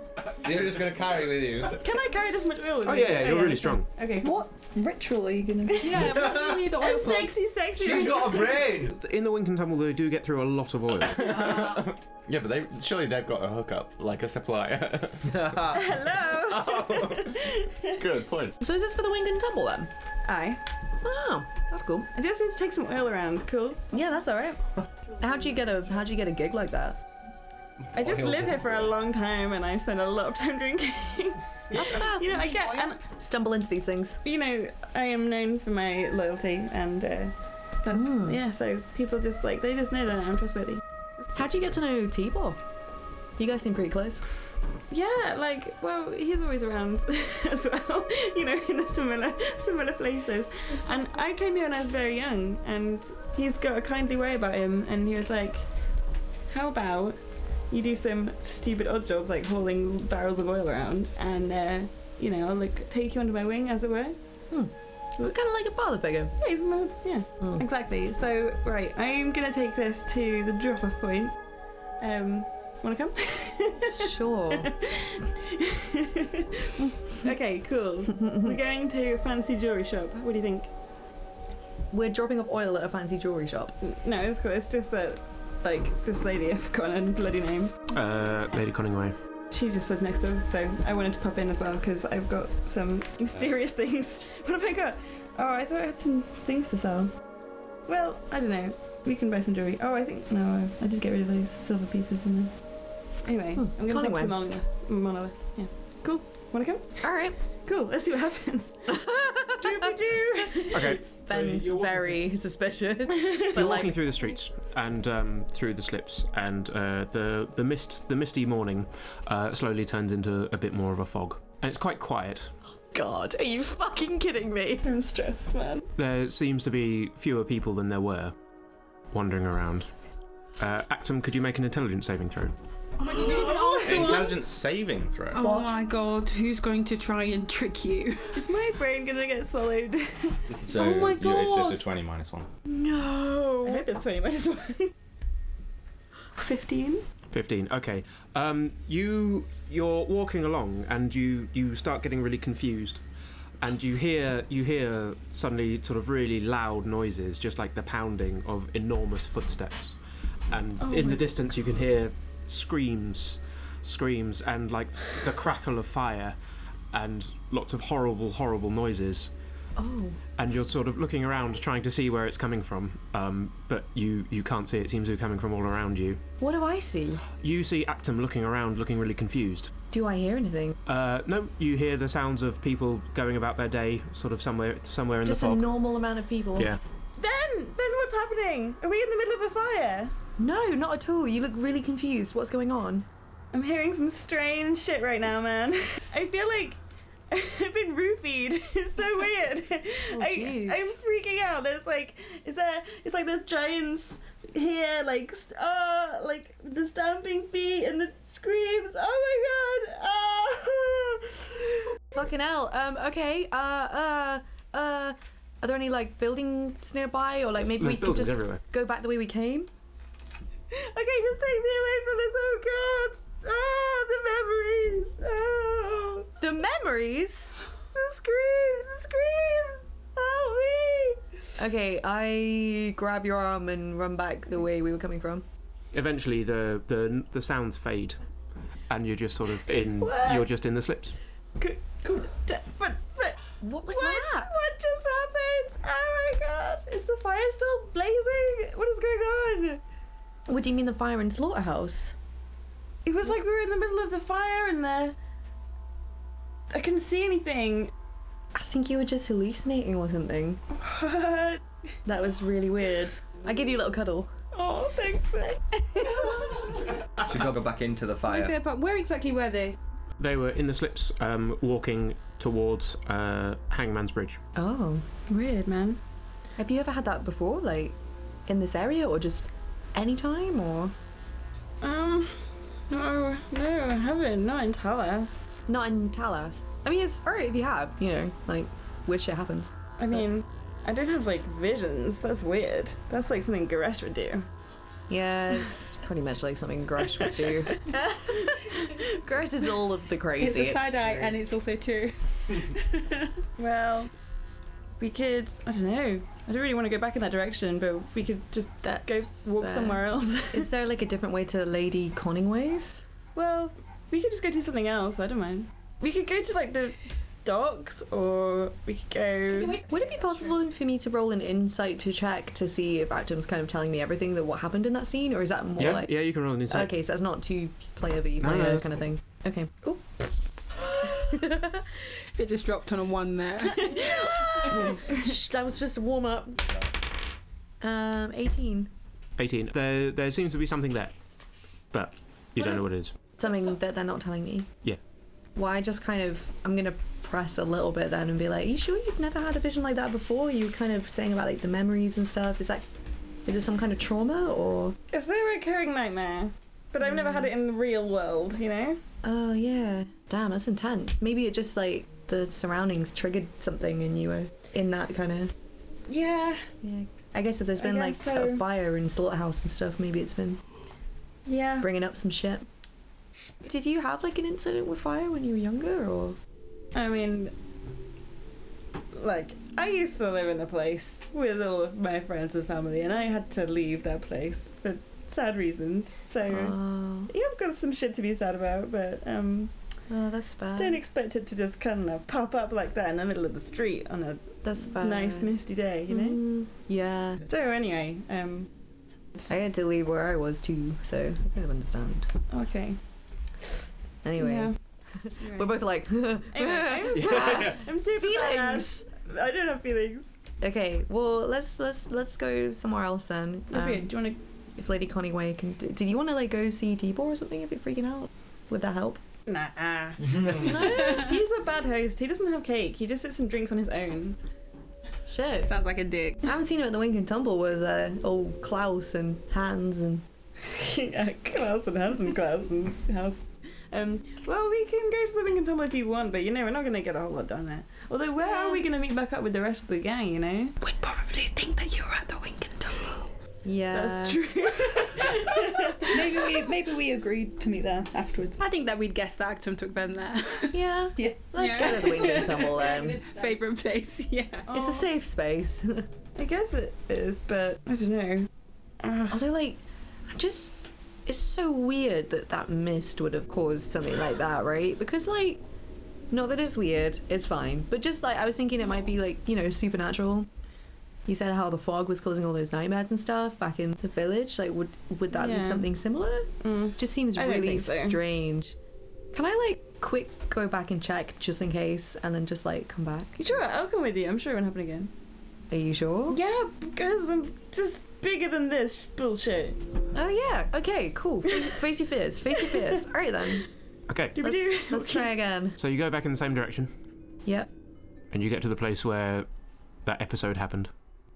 S4: You're just going to carry with you.
S7: Can I carry this much oil? With
S1: Oh
S7: me?
S1: yeah, yeah, you're really
S7: okay.
S1: strong.
S7: Okay.
S6: What
S8: um,
S6: ritual are you *laughs* gonna do?
S5: Yeah, but we need the oil
S7: I'm
S5: cloth.
S7: sexy, sexy.
S4: She's got a brain.
S1: In the Winkin Tumble, they do get through a lot of oil.
S3: Yeah, but they surely they've got a hookup, like a supplier.
S7: Hello.
S3: *laughs* Good point. *laughs*
S8: So is this for the Winged and Tumble then?
S7: Aye.
S8: Oh, that's cool.
S7: I just need to take some oil around. Cool.
S8: Yeah, that's alright. How'd you get a how'd you get a gig like that?
S7: I just live here for a long time, and I spend a lot of time drinking. *laughs*
S8: That's fair.
S7: you know, I get, and
S8: Stumble into these things.
S7: you know, I am known for my loyalty, and uh, that's
S8: Mm.
S7: yeah. So people just like they just know that I'm trustworthy.
S8: How'd you get to know Tibor? You guys seem pretty close.
S7: Yeah, like well, he's always around *laughs* as well, you know, in a similar similar places. And I came here when I was very young, and he's got a kindly way about him, and he was like, "How about you do some stupid odd jobs like hauling barrels of oil around, and uh, you know, I'll like take you under my wing, as it were."
S8: It was kind of like a father figure.
S7: Yeah, he's mad. Yeah,
S8: Mm.
S7: exactly. So right, I'm gonna take this to the drop-off point. Um, wanna come? *laughs*
S8: Sure.
S7: okay, cool. We're going to a fancy jewelry shop. What do you think?
S8: We're dropping off oil at a fancy jewelry shop.
S7: N- No, it's cool. It's just that, like, this lady, *laughs* I've forgotten her bloody name.
S1: Uh, Lady Coningway.
S7: She just lived next door, so I wanted to pop in as well because I've got
S8: *laughs*
S7: some mysterious things. *laughs* What have I got? Oh, I thought I had some things to sell. Well, I don't know. We can buy some jewelry. Oh, I think no, I did get rid of those silver pieces in there. Anyway,
S8: Hmm,
S7: I'm gonna
S8: Conway.
S7: pop some monolith. monolith. Yeah, cool. Wanna come?
S8: All right.
S7: Cool. Let's see what *laughs* happens. Doopy-doo.
S1: Okay.
S8: Ben's
S1: you're walking *laughs*
S8: very suspicious.
S1: You're
S8: but
S1: walking
S8: like,
S1: through the streets and um, through the slips, and uh, the the mist, the misty morning, uh, slowly turns into a bit more of a fog, and it's quite quiet.
S8: God, are you fucking kidding me?
S7: I'm
S8: *laughs*
S7: stressed, man. *laughs*
S1: There seems to be fewer people than there were wandering around. Uh, Actum, could you make an intelligence saving throw?
S3: Intelligence saving throw.
S5: Oh my god, who's going to try and trick you?
S7: Is my brain gonna get swallowed? *laughs*
S3: So
S5: Oh
S3: you-
S5: my
S3: it's just a
S5: God.
S3: twenty minus one.
S7: I
S8: No.
S7: hope it's 20 minus 1. 15?
S1: 15 okay um, you you're walking along and you you start getting really confused and you hear you hear suddenly sort of really loud noises just like the pounding of enormous footsteps and in the distance you can hear screams screams and like the crackle of fire and lots of horrible horrible noises
S8: Oh.
S1: and you're sort of looking around trying to see where it's coming from um, but you you can't see it. it seems to be coming from all around you
S8: What do I see?
S1: you see Actum looking around, looking really confused.
S8: Do I hear anything?
S1: Uh, no, you hear the sounds of people going about their day, sort of somewhere, somewhere in
S8: Just
S1: the
S8: a
S1: fog.
S8: normal amount of people.
S1: yeah.
S7: Ben! Ben, what's happening? Are we in the middle of a fire?
S8: No, not at all. You look really confused. What's going on?
S7: I'm hearing some strange shit right now, man. *laughs* I feel like I've been roofied. *laughs* It's so *laughs* weird. I,
S8: jeez.
S7: I'm freaking out. There's like, is there? It's like there's giants here, like, s- oh, like the stamping feet and the screams. Oh my god! Ah.
S8: Fucking hell. Um. Okay. Uh. Uh. Uh. Are there any like buildings nearby, or like maybe
S1: There's
S8: we could
S1: buildings
S8: just
S1: everywhere.
S8: go back the way we came?
S7: *laughs* Okay, just take me away from this. Oh god! Ah, the memories. Oh.
S8: The
S7: memories. The screams, the screams. Help me.
S8: Okay, I grab your arm and run back the way we were coming from.
S1: Eventually, the the the sounds fade, and you're just sort of in. You're just in the slips.
S7: Good, good. D- But, but
S8: What was
S7: what? What just happened? Oh my god! Is the fire still blazing? What is going on?
S8: What do you mean the fire in slaughterhouse?
S7: It was like we were in the middle of the fire and the. I couldn't see anything.
S8: I think you were just hallucinating or something.
S7: What? *laughs*
S8: That was really weird. I give you a little cuddle.
S7: Oh, thanks, man.
S10: Should go back into the
S5: I was
S10: fire.
S5: gonna- but where exactly were they?
S1: They were in the slips, um, walking towards uh, Hangman's Bridge.
S8: Oh,
S7: Weird, man.
S8: have you ever had that before? Like in this area or just any time or
S7: Um, no, no, I haven't. Not in Talas.
S8: not in Talast? I mean, it's alright if you have. You know, like weird shit happens.
S7: I mean, I don't have like visions. That's weird. That's like something Goresh would do.
S8: Yeah, it's pretty much like something Gresh would do. Gresh is all of the
S5: It's
S8: crazy.
S5: a side eye,
S8: true.
S5: and it's also true.
S7: Well, we could. I don't know. I don't really want to go back in that direction, but we could just
S8: That's
S7: *laughs* go walk
S8: fair.
S7: somewhere else. *laughs*
S8: Is there like a different way to Lady Conningways?
S7: well, we could just go do something else. I don't mind. We could go to like the docks, or we could go.
S8: Would it be possible for me to roll an insight to check to see if Actum's kind of telling me everything that what happened in that scene, or is that more
S1: yeah,
S8: like
S1: yeah, you can roll an insight.
S8: okay, so that's not too player v
S1: No, no,
S8: player
S1: that's
S8: kind of thing. Okay. Ooh.
S5: It just dropped on a one *laughs* there.
S8: Shh, that was just a warm up. Um, eighteen.
S1: 18. There, there seems to be something there, but you
S8: What
S1: don't
S8: is-
S1: know what it is.
S8: Something that they're not telling me.
S1: Yeah.
S8: Why? I just kind of. I'm gonna press a little bit then and be like, "Are you sure you've never had a vision like that before? You were kind of saying about like the memories and stuff. Is that? Is it some kind of trauma or?
S7: It's a recurring nightmare, but I've never had it in the real world. You know.
S8: Oh yeah. Damn, that's intense. Maybe it just like the surroundings triggered something and you were in that kind of.
S7: Yeah.
S8: Yeah. I guess if there's
S7: I
S8: been like
S7: guess
S8: a
S7: so.
S8: fire in slaughterhouse and stuff, maybe it's been
S7: Yeah.
S8: bringing up some shit. Did you have like an incident with fire when you were younger, or
S7: I mean, like, I used to live in a place with all of my friends and family, and I had to leave that place for sad reasons. So,
S8: oh,
S7: yeah, I've got some shit to be sad about, but um,
S8: oh that's fair.
S7: don't expect it to just kind of pop up like that in the middle of the street on a
S8: that's fair.
S7: nice misty day, you know?
S8: Mm, yeah,
S7: So, anyway, um,
S8: I had to leave where I was too, so I kind of understand.
S7: okay.
S8: Anyway, *laughs*
S7: Yeah.
S8: we're both like, *laughs*
S7: Anyway, I'm sad. I'm super
S8: Feelings.
S7: badass. I don't have feelings.
S8: okay, well let's let's let's go somewhere else then.
S7: Okay,
S8: Um,
S7: do you want to
S8: if Lady Conway can, do, do you want to like go see Debor or something if you're freaking out? Would that help?
S7: Nah. *laughs* He's a bad host. He doesn't have cake. He just sits and drinks on his own. *laughs*
S8: Shit.
S5: Sounds like a dick.
S8: I haven't seen him at the Wink and Tumble with uh, old Klaus and Hans and
S7: yeah, Klaus and Hans and Klaus and House. Um, well, we can go to the Wink and Tumble if you want, but you know, we're not going to get a whole lot done there. Although, where are we going to meet back up with the rest of the gang, you know?
S8: would probably think that you're at the Wink and Tumble. Yeah.
S7: That's true. *laughs*
S6: maybe we maybe we agreed to meet there afterwards.
S5: I think that we'd guess that Actum took them there. *laughs*
S8: Yeah.
S6: Yeah.
S8: Let's
S5: Yeah.
S8: go to the Wink and Tumble
S7: *laughs*
S8: then.
S5: Favorite place, *laughs* yeah.
S8: it's a safe space. *laughs*
S7: I guess it is, but I don't know. Ugh.
S8: Although, like, I'm just. It's so weird that that mist would have caused something like that, right? Because, like, not that it's weird, it's fine. But just like, I was thinking it might be, like, you know, supernatural. You said how the fog was causing all those nightmares and stuff back in the village. Like, would would that be
S7: Yeah.
S8: something similar?
S7: Mm.
S8: Just seems
S7: I don't
S8: really
S7: think so.
S8: strange. Can I like quick go back and check just in case, and then just like come back?
S7: You sure? I'll come with you. I'm sure it won't happen again.
S8: Are you sure?
S7: Yeah, because I'm just bigger than this bullshit.
S8: Oh yeah. Okay. Cool. Face, face your fears. Face your fears. All right
S7: *laughs*
S8: then.
S1: Okay,
S8: Let's, let's try again.
S1: so you go back in the same direction,
S8: Yep.
S1: and you get to the place where that episode happened,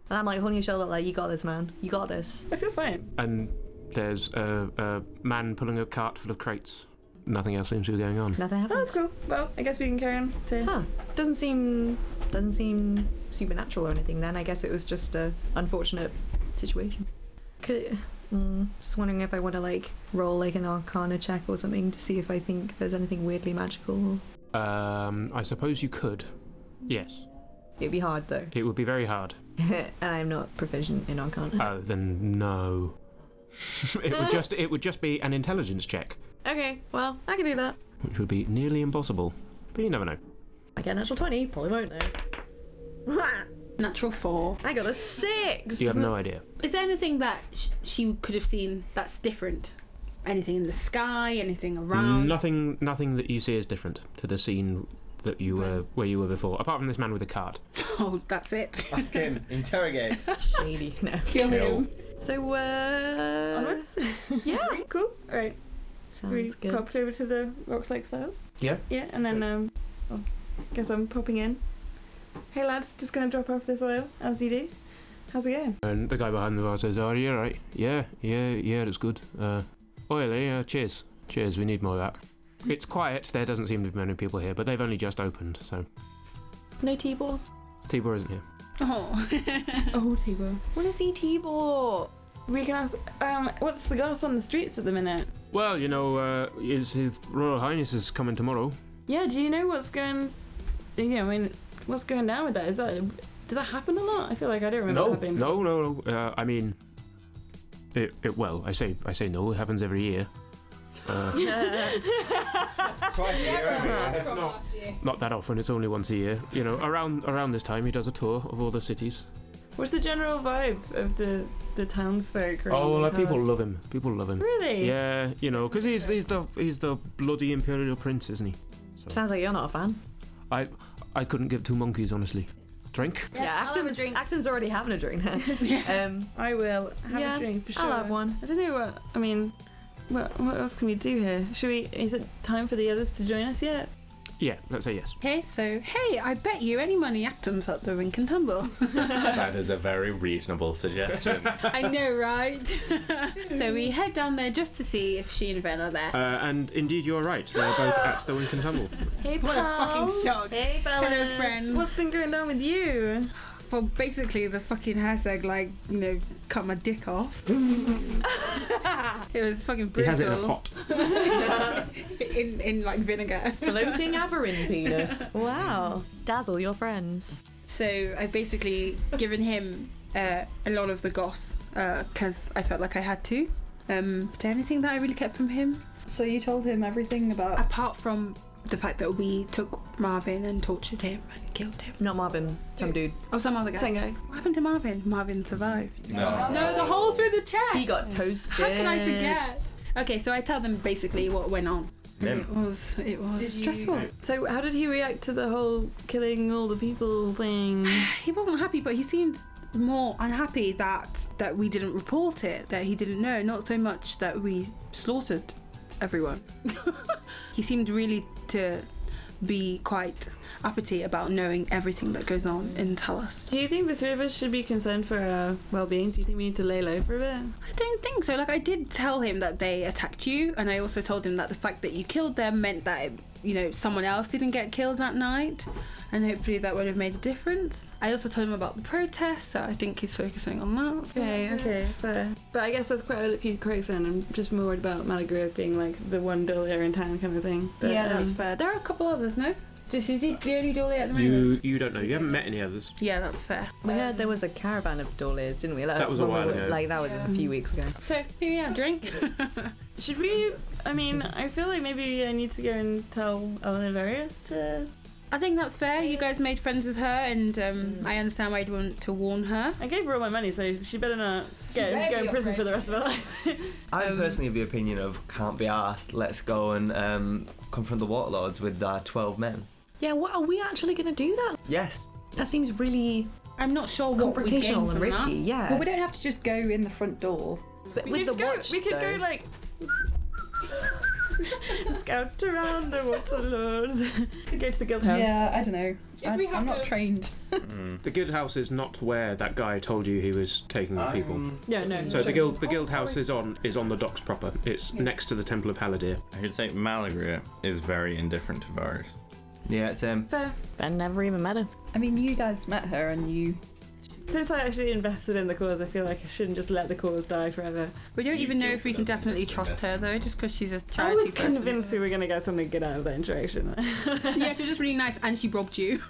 S8: And I'm like holding your shoulder, like you got this, man. You got this.
S7: *laughs* I feel fine.
S1: and there's a, a man pulling a cart full of crates. Nothing else seems to be going on.
S8: Nothing
S7: Oh, that's
S8: happens.
S7: cool. Well, I guess we can carry on to
S8: Huh. Doesn't seem doesn't seem supernatural or anything. Then I guess it was just a unfortunate situation. Could mm, just wondering if I want to like roll like an Arcana check or something to see if I think there's anything weirdly magical.
S1: Um, I suppose you could. Yes.
S8: It'd be hard though, *laughs*
S1: It would be very hard.
S8: and I'm not proficient in Arcana.
S1: Oh, then no. *laughs* it
S8: *laughs*
S1: would just it would just be an intelligence check,
S8: Okay, well I can do that.
S1: which would be nearly impossible. But you never know.
S8: I get a natural twenty, probably won't though. *laughs*
S5: Natural four.
S8: I got a six.
S1: You have no idea.
S5: Is there anything that sh- she could have seen that's different? Anything in the sky? Anything around?
S1: Nothing nothing that you see is different to the scene that you were where you were before, apart from this man with a cart.
S5: Oh, that's it.
S4: Ask him. Interrogate.
S8: *laughs* Shady. No.
S6: Kill him.
S8: So uh,
S7: Onwards?
S8: yeah.
S7: *laughs* cool. All right.
S4: Oh,
S8: Sounds
S7: we
S8: good.
S7: popped over to the rocks like stairs.
S1: Yeah.
S7: Yeah, and then um, oh, guess I'm popping in. Hey lads, just gonna drop off this oil as you do. How's it going?
S1: And the guy behind the bar says, "Oh, you right? Yeah, yeah, yeah. It's good. Uh, oily. Uh, cheers, cheers. We need more of that." It's quiet. There doesn't seem to be many people here, but they've only just opened, so
S8: No Tibor.
S1: Tibor isn't here.
S5: Oh. *laughs*
S7: Oh, Tigor.
S8: Want to
S4: E
S8: see Tibor?
S7: We can ask. Um, what's the goss on the streets at the minute?
S1: Well, you know, uh, his, his Royal Highness is coming tomorrow.
S7: Yeah, do you know what's going? Yeah, I mean, what's going down with that? Is that does that happen a lot? I feel like I don't remember
S1: No,
S7: that happening. *laughs*
S1: no, no, no. Uh, I mean, it, it. Well, I say, I say no. It happens every year. Uh,
S4: *laughs* Twice a year. haven't we?
S1: it's not not that often. It's only once a year. You know, around around this time, he does a tour of all the cities.
S7: What's the general vibe of the the townsfolk? around
S1: Oh,
S7: the
S1: like, people
S7: palace?
S1: love him. People love him.
S7: Really?
S1: Yeah, you know, because he's he's the he's the bloody imperial prince, isn't he?
S8: Sounds like you're not a fan.
S1: I I couldn't give two monkeys, honestly. Drink.
S8: Yeah,
S5: I'll have a
S8: Acton's,
S5: drink.
S8: Acton's already having a drink. *laughs* um,
S7: I will have
S8: Yeah,
S7: a drink for sure.
S8: I'll have one.
S7: I don't know what I mean. What, what else can we do here? Should we? Is it time for the others to join us yet?
S1: Yeah, let's say yes.
S5: Okay, so hey, I bet you any money Actum's at the Rink and Tumble.
S3: That is a very reasonable suggestion.
S5: I know, right? *laughs* so we head down there just to see if she and Ven are there.
S1: Uh, and indeed, you are right. They're both at the Wink and Tumble.
S7: Hey,
S5: what a fucking
S7: pals.
S5: shock.
S8: hey fellas.
S5: Hello, friends.
S7: What's been going down with you?
S5: Well, basically, the fucking hashtag, like, you know, cut my dick off. it was fucking
S1: He
S5: brutal.
S1: has it in a pot.
S5: *laughs* in, in, like, vinegar.
S8: Floating Avarin penis. *laughs* Wow. Dazzle your friends.
S5: So I've basically given him uh, a lot of the goss because I felt like I had to. Um, is there anything that I really kept from him?
S6: So you told him everything about.
S5: Apart from the fact that we took Marvin and tortured him and killed him.
S8: Not Marvin, some dude.
S5: Oh, some other guy.
S7: Tango.
S5: What happened to Marvin? Marvin survived. *laughs*
S3: no.
S5: No, the hole through the chest.
S8: Oh. He got toasted.
S5: How can I forget? Okay, so I tell them basically what went on.
S3: Yeah.
S5: It was it was
S6: Did you-
S5: stressful.
S7: So, how did he react to the whole killing all the people *sighs* thing?
S5: He wasn't happy, but he seemed more unhappy that that we didn't report it, that he didn't know, not so much that we slaughtered everyone. *laughs* he seemed really to be quite uppity about knowing everything that goes on in Talos.
S7: Do you think the three of us should be concerned for our well-being? Do you think we need to lay low for a bit?
S5: I don't think so. Like I did tell him that they attacked you, and I also told him that the fact that you killed them meant that you know someone else didn't get killed that night, and hopefully that would have made a difference. I also told him about the protests, so I think he's focusing on that.
S7: Okay, okay, fair. But I guess there's quite a few critics, and I'm just more worried about Malagrove being like the one dull ear in town kind of thing. But,
S5: yeah, that's
S7: um,
S5: fair. There are a couple others, no? This is the only dolly at the moment.
S1: You you don't know. You haven't met any others.
S5: Yeah, that's fair.
S8: We heard
S5: Um,
S8: there was a caravan of Dawliers, didn't we? Like,
S1: That was a
S8: when we
S1: while
S8: were-
S1: ago.
S8: Like that was a few weeks ago.
S5: So here we are, drink.
S7: Should we? I mean, I feel like maybe I need to go and tell Oliverius to.
S5: I think that's fair. You guys made friends with her, and um, I understand why you'd want to warn her.
S7: I gave her all my money, so she better not go,
S5: better
S7: go
S5: be
S7: in prison
S5: okay.
S7: for the rest of her life.
S5: Um,
S4: I'm personally of the opinion of can't be asked. Let's go and um, confront the Waterlords with our twelve men.
S8: Yeah, what are we actually gonna do that?
S4: Yes.
S8: That seems really
S5: I'm not sure what we gain
S8: confrontational
S5: from
S8: and
S5: that.
S8: risky. Yeah.
S6: *laughs* Well, we don't have to just go in the front door.
S8: but
S7: We
S8: with the
S7: could go,
S8: watch,
S7: we could
S8: though.
S7: go like. *laughs* Scout around the Waterlords. *laughs* go to the guild house.
S6: Yeah, I don't know. I,
S5: we have
S6: I'm not
S5: to-
S6: trained.
S1: The guild house is not where that guy told you he was taking the people.
S7: Yeah, no.
S1: So the guild the guild house is on is on the docks proper. It's next to the Temple of Haladir.
S3: I should say Malagria is very indifferent to Varus.
S4: Yeah, it's um.
S7: Fair.
S5: *laughs*
S8: That never even matter.
S6: I mean, you guys met her and you
S7: Since I actually invested in the cause, I feel like I shouldn't just let the cause die forever.
S5: We don't
S4: You
S5: even know
S4: feel
S5: if we can
S4: productive
S5: definitely
S4: and
S5: trust her though, just because she's a
S7: I
S5: charity
S7: was
S5: person.
S7: convinced we were going to get something good out of that interaction.
S5: *laughs*
S7: *laughs*
S5: yeah, she was just really nice, and she robbed you.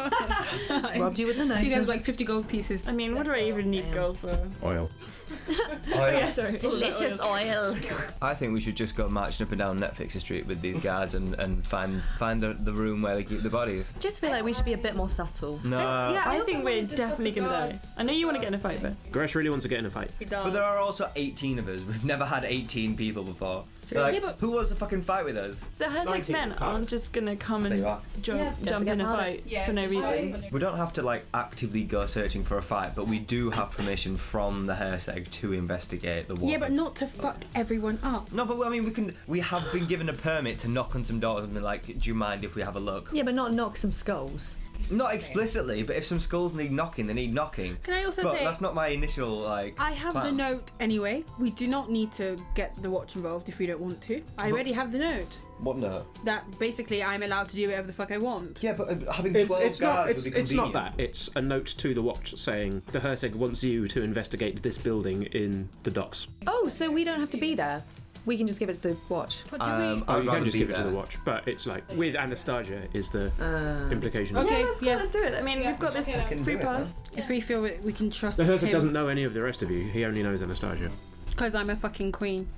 S5: *laughs*
S8: Robbed you with the
S5: You guys
S8: niceness. *laughs*
S5: like fifty gold pieces.
S7: I mean, what do I even need
S8: Damn.
S7: gold for?
S1: Oil.
S7: Oh, yeah, sorry.
S8: Delicious oil.
S4: I think we should just go marching up and down Netflix Street with these guards and, and find find the, the room where they keep the bodies.
S8: Just feel like we should be a bit more subtle.
S4: No,
S7: *laughs* I think we're definitely going to die. I know you want to get in a fight, but
S1: Gresh really wants to get in a fight.
S4: but there are also 18 of us. We've never had 18 people before. They're Like,
S5: Yeah, but-
S4: who wants to fucking fight with us?
S7: the Herzegs
S1: 19
S7: men aren't just going to come
S4: There
S7: and
S4: you are.
S7: jump,
S6: Yeah.
S7: jump in a
S8: Harder.
S7: fight for no reason.
S4: We don't have to like actively go searching for a fight, but we do have permission from the Herseg to investigate the woman.
S5: Yeah, but not to fuck everyone up.
S4: No, but I mean, we can. We have been given a permit to knock on some doors and be like, "Do you mind if we have a look?"
S8: Yeah, but not knock some skulls.
S4: Not explicitly, but if some skulls need knocking, they need knocking.
S5: Can I also
S4: But
S5: say
S4: that's not my initial like.
S5: I have the
S4: plan.
S5: note anyway. We do not need to get the watch involved if we don't want to. I already have the note
S4: What note?
S5: that basically I'm allowed to do whatever the fuck I want.
S4: Yeah, but uh, having
S1: It's,
S4: twelve
S1: it's
S4: guards
S1: not, it's,
S4: would be
S1: it's not that.
S4: convenient.
S1: It's a note to the watch saying the Herseg wants you to investigate this building in the docks.
S8: Oh, so we don't have to be there. We can just give it to the watch.
S4: Um,
S1: Oh,
S4: I'd
S1: you
S4: rather
S1: can just
S4: be
S1: give
S4: there.
S1: it to the watch, but it's like with Anastasia is the Uh, implication.
S5: Okay,
S7: Yeah, that's cool.
S5: yeah.
S7: Let's do it. I mean, we've got this
S4: can
S7: free
S4: do it, man.
S7: pass.
S5: If we feel that we can trust
S1: The Herseg doesn't
S5: him,
S1: know any of the rest of you. He only knows Anastasia.
S5: because I'm a fucking queen.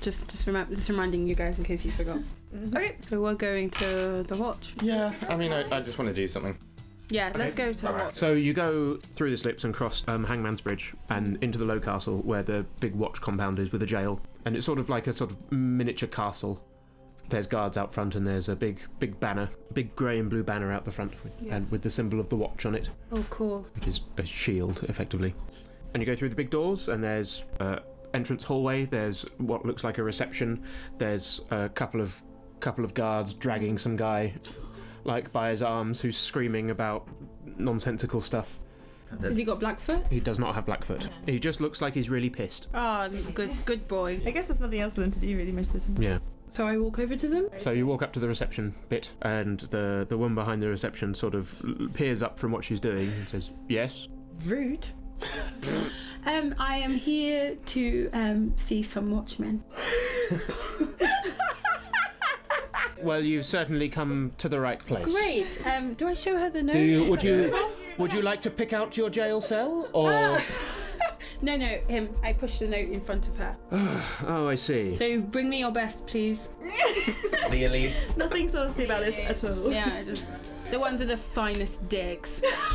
S5: Just, just, remem- just reminding you guys in case you forgot.
S7: Mm-hmm.
S5: Okay, so we're going to the watch.
S3: Yeah, I mean, I, I just want to do something.
S5: Yeah, let's go to the
S3: Alright.
S5: watch.
S1: So you go through the slips and cross um, Hangman's Bridge and into the Low Castle, where the big watch compound is with a jail, and it's sort of like a sort of miniature castle. There's guards out front, and there's a big, big banner, big grey and blue banner out the front, with, and with the symbol of the watch on it,
S5: Oh, cool.
S1: which is a shield, effectively. And you go through the big doors, and there's uh, entrance hallway. There's what looks like a reception. There's a couple of couple of guards dragging some guy, like by his arms, who's screaming about nonsensical stuff.
S5: Has he got Blackfoot?
S1: He does not have Blackfoot. He just looks like he's really pissed.
S5: Ah, good, good boy.
S7: I guess there's nothing else for them to do really most of the time.
S1: Yeah.
S5: So I walk over to them.
S1: So you walk up to the reception bit, and the the woman behind the reception sort of l- peers up from what she's doing and says, "Yes." *laughs*
S5: Rude. um, I am here to um, see some watchmen.
S1: Well, you've certainly come to the right place.
S5: Great. Um, do I show her the note?
S1: Do you, would you would you like to pick out your jail cell or?
S5: Ah. *laughs* No, no, him. I pushed the note in front of her.
S1: Oh, I see.
S5: So bring me your best, please.
S4: The elite.
S7: Nothing saucy about this at *laughs* all.
S5: Yeah, I just the ones with the finest dicks. *laughs*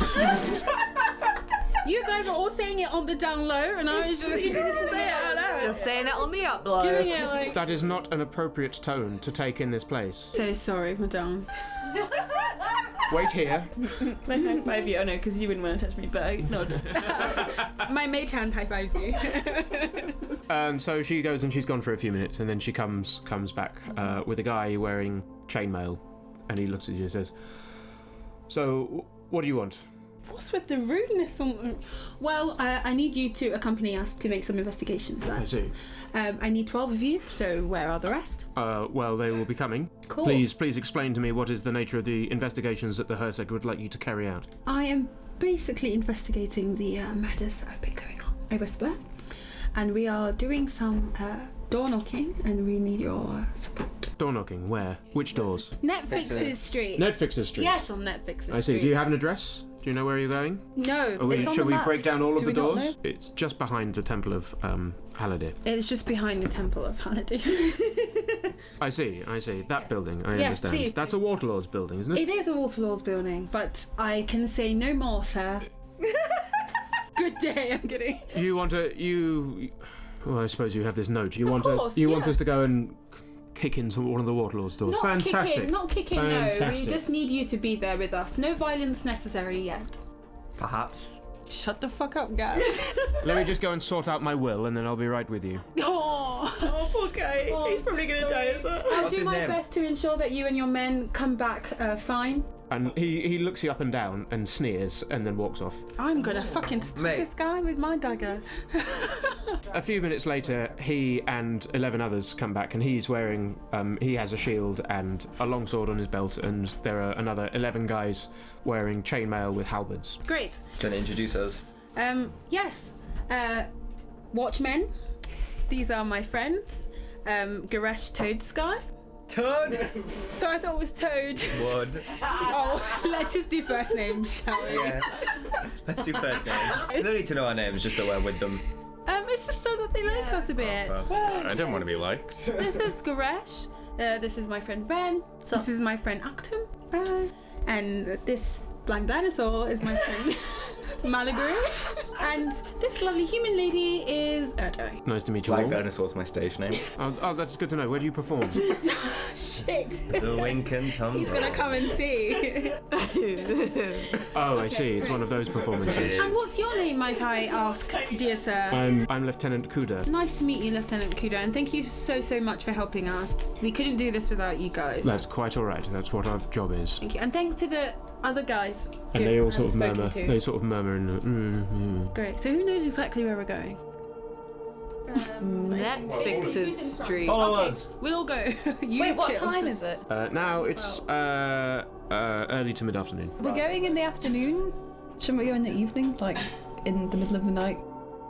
S5: you guys were all saying it on the down low, and I was *laughs* just
S7: *laughs*
S8: Just saying it on the up low.
S5: doing it like.
S1: That is not an appropriate tone to take in this place.
S5: So sorry, madame.
S1: Wait here.
S7: Like high five you. Oh no, because you wouldn't want to touch me, but I nod. *laughs*
S5: My mage hand high fives you. *laughs*
S1: Um, so she goes and she's gone for a few minutes, and then she comes comes back uh, with a guy wearing chainmail, and he looks at you and says, "So, wh- what do you want?"
S5: What's with the rudeness on? Well, I, I need you to accompany us to make some investigations. Then.
S1: see.
S5: Um, I need twelve of you. So where are the rest?
S1: Uh, well, they will be coming.
S5: Cool.
S1: Please, please explain to me what is the nature of the investigations that the Herseg would like you to carry out.
S5: I am basically investigating the uh, murders that have been going on. I whisper, and we are doing some uh, door knocking, and we need your support.
S1: Door knocking. Where? Which doors?
S5: Netflix's street.
S1: Netflix's street.
S5: Yes, on Netflix's
S1: I see. Do you have an address? Do you know where you're going?
S5: No,
S1: Are we-
S5: it's on
S1: should
S5: the
S1: we
S5: map.
S1: break down all of
S5: Do
S1: the
S5: we not
S1: doors? It's just behind the Temple of um, Haladir.
S5: It's just behind the Temple of Haladir.
S1: *laughs* I see. I see. That building. I
S5: Yes,
S1: understand.
S5: please.
S1: That's a Waterlord's building, isn't it?
S5: it is a Waterlord's building, but I can say no
S1: *laughs*
S5: more, sir. Good day. I'm kidding.
S1: You want to you? Well, I suppose you have this note. You
S5: Of
S1: want
S5: course,
S1: to, you want
S5: yeah.
S1: us to go and kick in some, one of the Waterlord's doors.
S5: Not
S1: Fantastic.
S5: kicking, not kicking. No,
S1: Fantastic.
S5: we just need you to be there with us. No violence necessary yet.
S4: Perhaps.
S5: Shut the fuck up, guys.
S1: Let me just go and sort out my will, and then I'll be right with you.
S5: *laughs* oh.
S7: Oh, poor guy. He's probably gonna die as well.
S5: I'll
S4: What's
S5: do
S4: his
S5: my
S4: name?
S5: best to ensure that you and your men come back uh, fine.
S1: And he, he looks you up and down and sneers and then walks off.
S5: I'm gonna fucking stab
S4: Mate.
S5: this guy with my dagger. *laughs*
S1: A few minutes later, he and 11 others come back, and he's wearing, um, he has a shield and a long sword on his belt, and there are another 11 guys wearing chainmail with halberds.
S5: Great.
S4: Trying to introduce us.
S5: Um, yes, uh, Watchmen. These are my friends. Um, Goresh Toad Sky.
S4: Toad
S5: So I thought it was *laughs* Toad.
S4: Wood.
S5: oh, *laughs* let's just do first names, shall we?
S4: Yeah. Let's do first names. They don't need to know our names, just that we're with them.
S5: Um, it's just so that they like us a bit.
S4: Oh,
S3: I don't want to be liked.
S5: This is Goresh. Uh, this is my friend Ren. this is my friend Actum. And this blank dinosaur is my *laughs* friend Malagru. And this lovely human lady is Erdo.
S1: Nice to meet you
S3: Black
S1: all.
S3: Dinosaur's my stage name.
S1: Oh, oh, that's good to know. Where do you
S5: *laughs*
S1: perform?
S5: Shit.
S4: The wink and tumble.
S5: *laughs* He's gonna come and see.
S1: Oh, I see. It's one of those performances.
S5: and what's your name, might I ask, dear sir?
S1: I'm, I'm Lieutenant Kuda.
S5: Nice to meet you, Lieutenant Kuda, and thank you so, so much for helping us. We couldn't do this without you guys.
S1: That's quite all right. That's what our job is.
S5: Thank you. And thanks to the other guys.
S1: And
S5: who
S1: they all
S5: I've
S1: sort of
S5: spoken
S1: murmur.
S5: to.
S1: They sort of murmur in the. Mm, mm.
S5: Great. So who knows exactly where we're going?
S8: Netflix's street.
S4: Follow us.
S5: We'll all go. *laughs* you
S6: Wait, what
S5: chill.
S6: *laughs* time is it?
S1: Uh, now it's
S5: Oh.
S1: uh, uh, early to mid afternoon.
S6: We're going in the afternoon. Shouldn't we go in the evening? Like in the middle of the night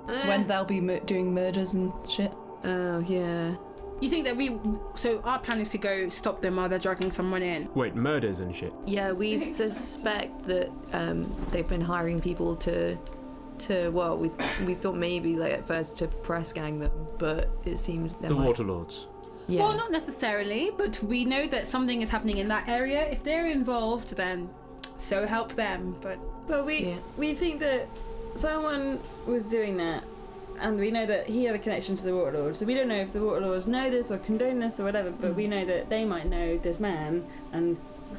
S5: Uh,
S6: when they'll be mur- doing murders and shit.
S8: Oh yeah.
S5: You think that we? So our plan is to go stop them while they're dragging someone in.
S1: Wait, murders and shit.
S8: Yeah, we suspect that um, they've been hiring people to, to well, we we thought maybe like at first to press gang them, but it seems they
S1: The
S8: might-
S1: Water Lords.
S8: Yeah.
S5: Well, not necessarily, but we know that something is happening in that area. If they're involved, then so help them. But
S7: Well, we
S8: Yeah.
S7: we think that someone was doing that, and we know that he had a connection to the Waterlords. So we don't know if the Waterlords know this or condone this or whatever, but we know that they might know this man, and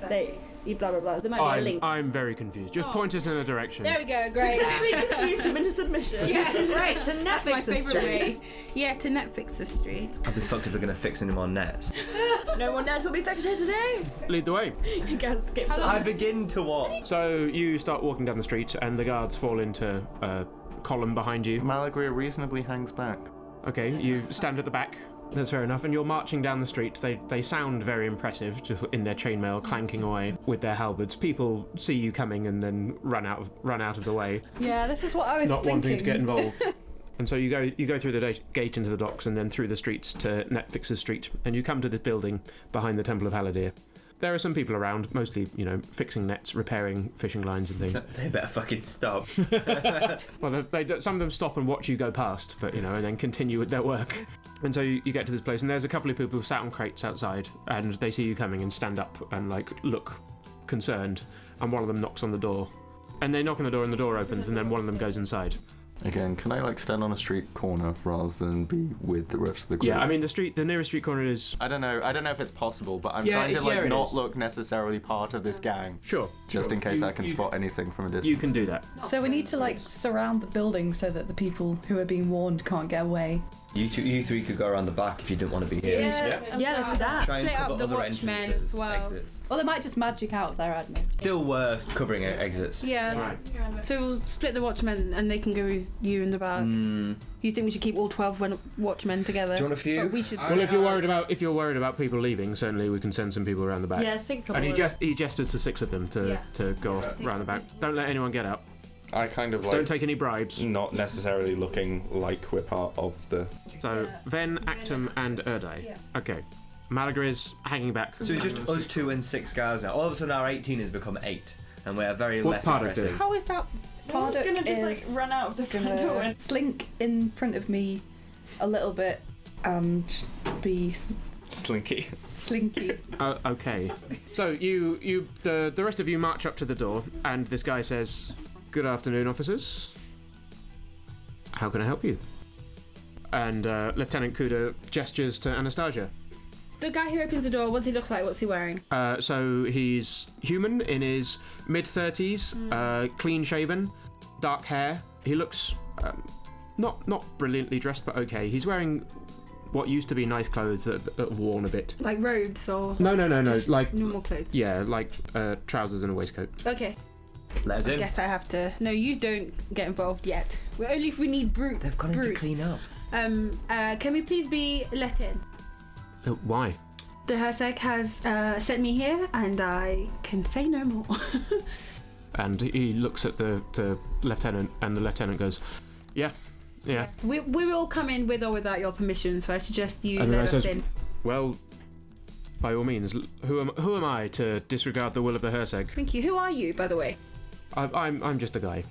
S7: they blah blah blah. There might be a
S1: *laughs* I'm,
S7: link.
S1: I'm very confused. Just
S5: Oh.
S1: point us in a direction.
S5: there we go. Great.
S7: We confused him into *laughs* submission.
S5: *laughs* yes.
S8: right to
S5: That's my
S8: Netflix's
S5: favorite
S8: street.
S5: way. Yeah, to Netflix the street.
S4: I'll be fucked if they're gonna fix any more nets.
S7: No one else will be fixed here today.
S1: Lead the way.
S7: You guys skipped.
S4: I begin to walk.
S1: So you start walking down the street, and the guards fall into a column behind you.
S3: Malagria reasonably hangs back.
S1: Okay, you stand at the back. That's fair enough. And you're marching down the street. They they sound very impressive, just in their chainmail, clanking away with their halberds. People see you coming and then run out of run out of the way,
S6: Yeah, this is what I was
S1: not
S6: thinking.
S1: wanting to get
S6: *laughs*
S1: involved. and so you go you go through the da- gate into the docks and then through the streets to Netflix's street, and you come to the building behind the Temple of Haladir. There are some people around, mostly you know fixing nets, repairing fishing lines and
S4: *laughs*
S1: things.
S4: They better fucking stop.
S1: Well, they, they, do- some of them stop and watch you go past, but you know, and then continue with their work. And so you, you get to this place, and there's a couple of people sat on crates outside, and they see you coming and stand up and like look concerned. And one of them knocks on the door, and they knock on the door, and the door opens, and then one of them goes inside.
S11: Again, can I like stand on a street corner rather than be with the rest of the group?
S1: Yeah, I mean the street, the nearest street corner is
S11: I don't know. I don't know if it's possible, but I'm
S1: Yeah,
S11: trying to
S1: yeah, it
S11: like not
S1: is.
S11: look necessarily part of this gang,
S1: sure,
S11: just
S1: sure.
S11: in case
S1: You-
S11: I can
S1: you-
S11: spot anything from a distance.
S1: You can do that.
S6: So we need to like surround the building so that the people who are being warned can't get away.
S4: You two, you three could go around the back if you didn't want to be here.
S8: Yeah, let's do that.
S4: Try and
S5: Split up
S4: cover
S5: the
S4: other
S5: watchmen
S4: entrances,
S5: as well.
S4: Exits.
S6: Or they might just magic out there, I don't know.
S4: Still worth covering e- exits.
S5: Yeah.
S1: Right.
S5: So we'll split the Watchmen, and they can go with you in the back.
S4: Mm,
S5: You think we should keep all twelve wen- Watchmen together?
S4: do you want a
S5: But
S4: few?
S5: we should.
S1: Well, if you're worried about if you're worried about people leaving, certainly we can send some people around the back.
S8: Yeah, sick
S1: And he
S8: couple.
S1: gest- he gestured to six of them to,
S5: Yeah.
S1: to go off round the back. Don't let anyone get out.
S3: I kind of
S1: Don't
S3: like
S1: take any *laughs*
S11: Mm.
S1: bribes.
S3: not necessarily looking like we're part of the.
S1: So Ven, Actum, and Erdai. Okay. Malagri's hanging back.
S4: So it's just us two and six guys now. All of a sudden, our 18 has become eight, and we're very
S1: What's
S4: less
S1: Parduk
S4: aggressive.
S5: How is that?
S7: Paul's
S6: Parduk
S7: gonna just
S6: is
S7: like run out of
S6: *laughs*
S7: the front
S6: gonna
S7: door. And
S6: uh, slink in front of me a little bit and be s-
S1: *laughs*
S3: Slinky.
S6: *laughs* slinky.
S1: Oh, okay. So you you the the rest of you march up to the door, and this guy says, "Good afternoon, officers. How can I help you?" And uh, Lieutenant Kuda gestures to Anastasia.
S5: The guy who opens the door. What's he look like? What's he wearing?
S1: Uh, so he's human in his mid 30s, uh, clean shaven, dark hair. He looks um, not not brilliantly dressed, but okay. He's wearing what used to be nice clothes that, that are worn a bit.
S5: Like robes or
S1: No, no, no, no.
S5: Just
S1: Like
S5: normal clothes?
S1: yeah, like uh, trousers and a waistcoat.
S5: Okay.
S4: Let us in.
S5: Guess I have to. No, you don't get involved yet. We're only if we need brute.
S4: They've gone in to
S5: brute.
S4: clean up.
S5: Um. Uh. Can we please be let in?
S1: Uh, why?
S5: The Hersec has uh, sent me here, and I can say no more.
S1: And he looks at the, the lieutenant, and the lieutenant goes, Yeah, yeah.
S5: *laughs* We, we will come in with or without your permission, so I suggest you
S1: And then I
S5: let us
S1: says,
S5: in.
S1: Well, by all means, l- who am, who am I to disregard the will of the Herceg?
S5: Thank you. Who are you, by the way?
S1: I, I'm, I'm just a guy.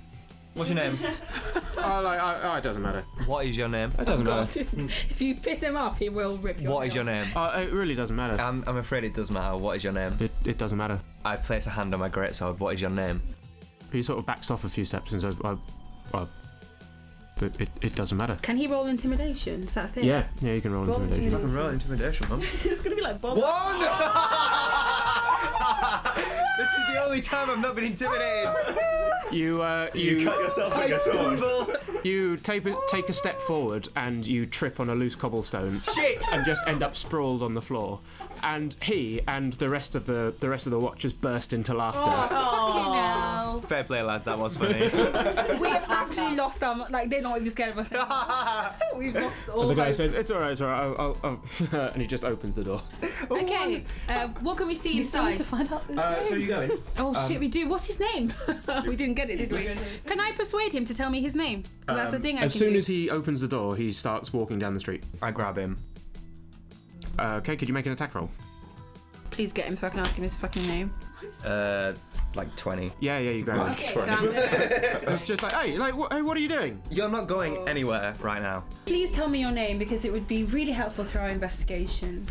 S4: What's your name?
S1: *laughs*
S5: *laughs*
S1: I, like, I, I, it doesn't matter.
S4: What is your name? It
S1: doesn't
S5: Oh, *laughs* if you piss him off, he will rip your.
S4: What is your name?
S1: Uh, it really doesn't matter.
S4: I'm, I'm afraid it does matter. What is your name?
S1: It, it doesn't matter.
S4: I place a hand on my greatsword. What is your name?
S1: He sort of backs off a few steps and says, I, I, but it, it doesn't matter.
S5: Can he roll intimidation? Is that a thing?
S1: Yeah, yeah, you can roll
S5: Roll
S1: intimidation.
S5: intimidation.
S4: roll intimidation,
S5: *laughs*
S4: man.
S7: it's gonna be like Bob.
S4: *laughs* This is the only time I've not been intimidated.
S1: You, uh, you,
S3: yourself
S4: I stumble.
S1: You take a, take a step forward and you trip on a loose cobblestone
S4: Shit.
S1: and just end up sprawled on the floor. And he and the rest of the the rest of the watchers burst into laughter.
S5: Fucking hell.
S4: Fair play, lads. That was funny.
S5: Oh. *laughs* We have actually lost our. mo- Like, they're not even scared of
S1: *laughs*
S5: us. anymore. We've lost all.
S1: And the guy
S5: hope.
S1: says, "It's all right, it's all right." I'll, I'll, I'll, *laughs* and he just opens the door.
S5: Okay, uh, what can we see
S6: You still need
S5: inside?
S6: to find out this
S1: Uh,
S6: name.
S3: going?
S5: Oh
S1: Um,
S5: shit, we do. What's his name? *laughs* we didn't get it, did we? Can I persuade him to tell me his name? 'Cause that's the thing I
S1: Um, As
S5: can
S1: soon
S5: do.
S1: as he opens the door, he starts walking down the street.
S4: I grab him.
S1: Uh, okay, could you make an attack roll?
S5: Please get him so I can ask him his fucking name.
S4: Uh, like 20.
S1: Yeah, yeah, you grab it.
S5: Okay,
S1: *laughs*
S5: so I'm gonna...
S1: It's just like, hey, like, what, hey, what are you doing?
S4: You're not
S5: Oh.
S4: going anywhere right now.
S5: Please tell me your name because it would be really helpful to our investigation.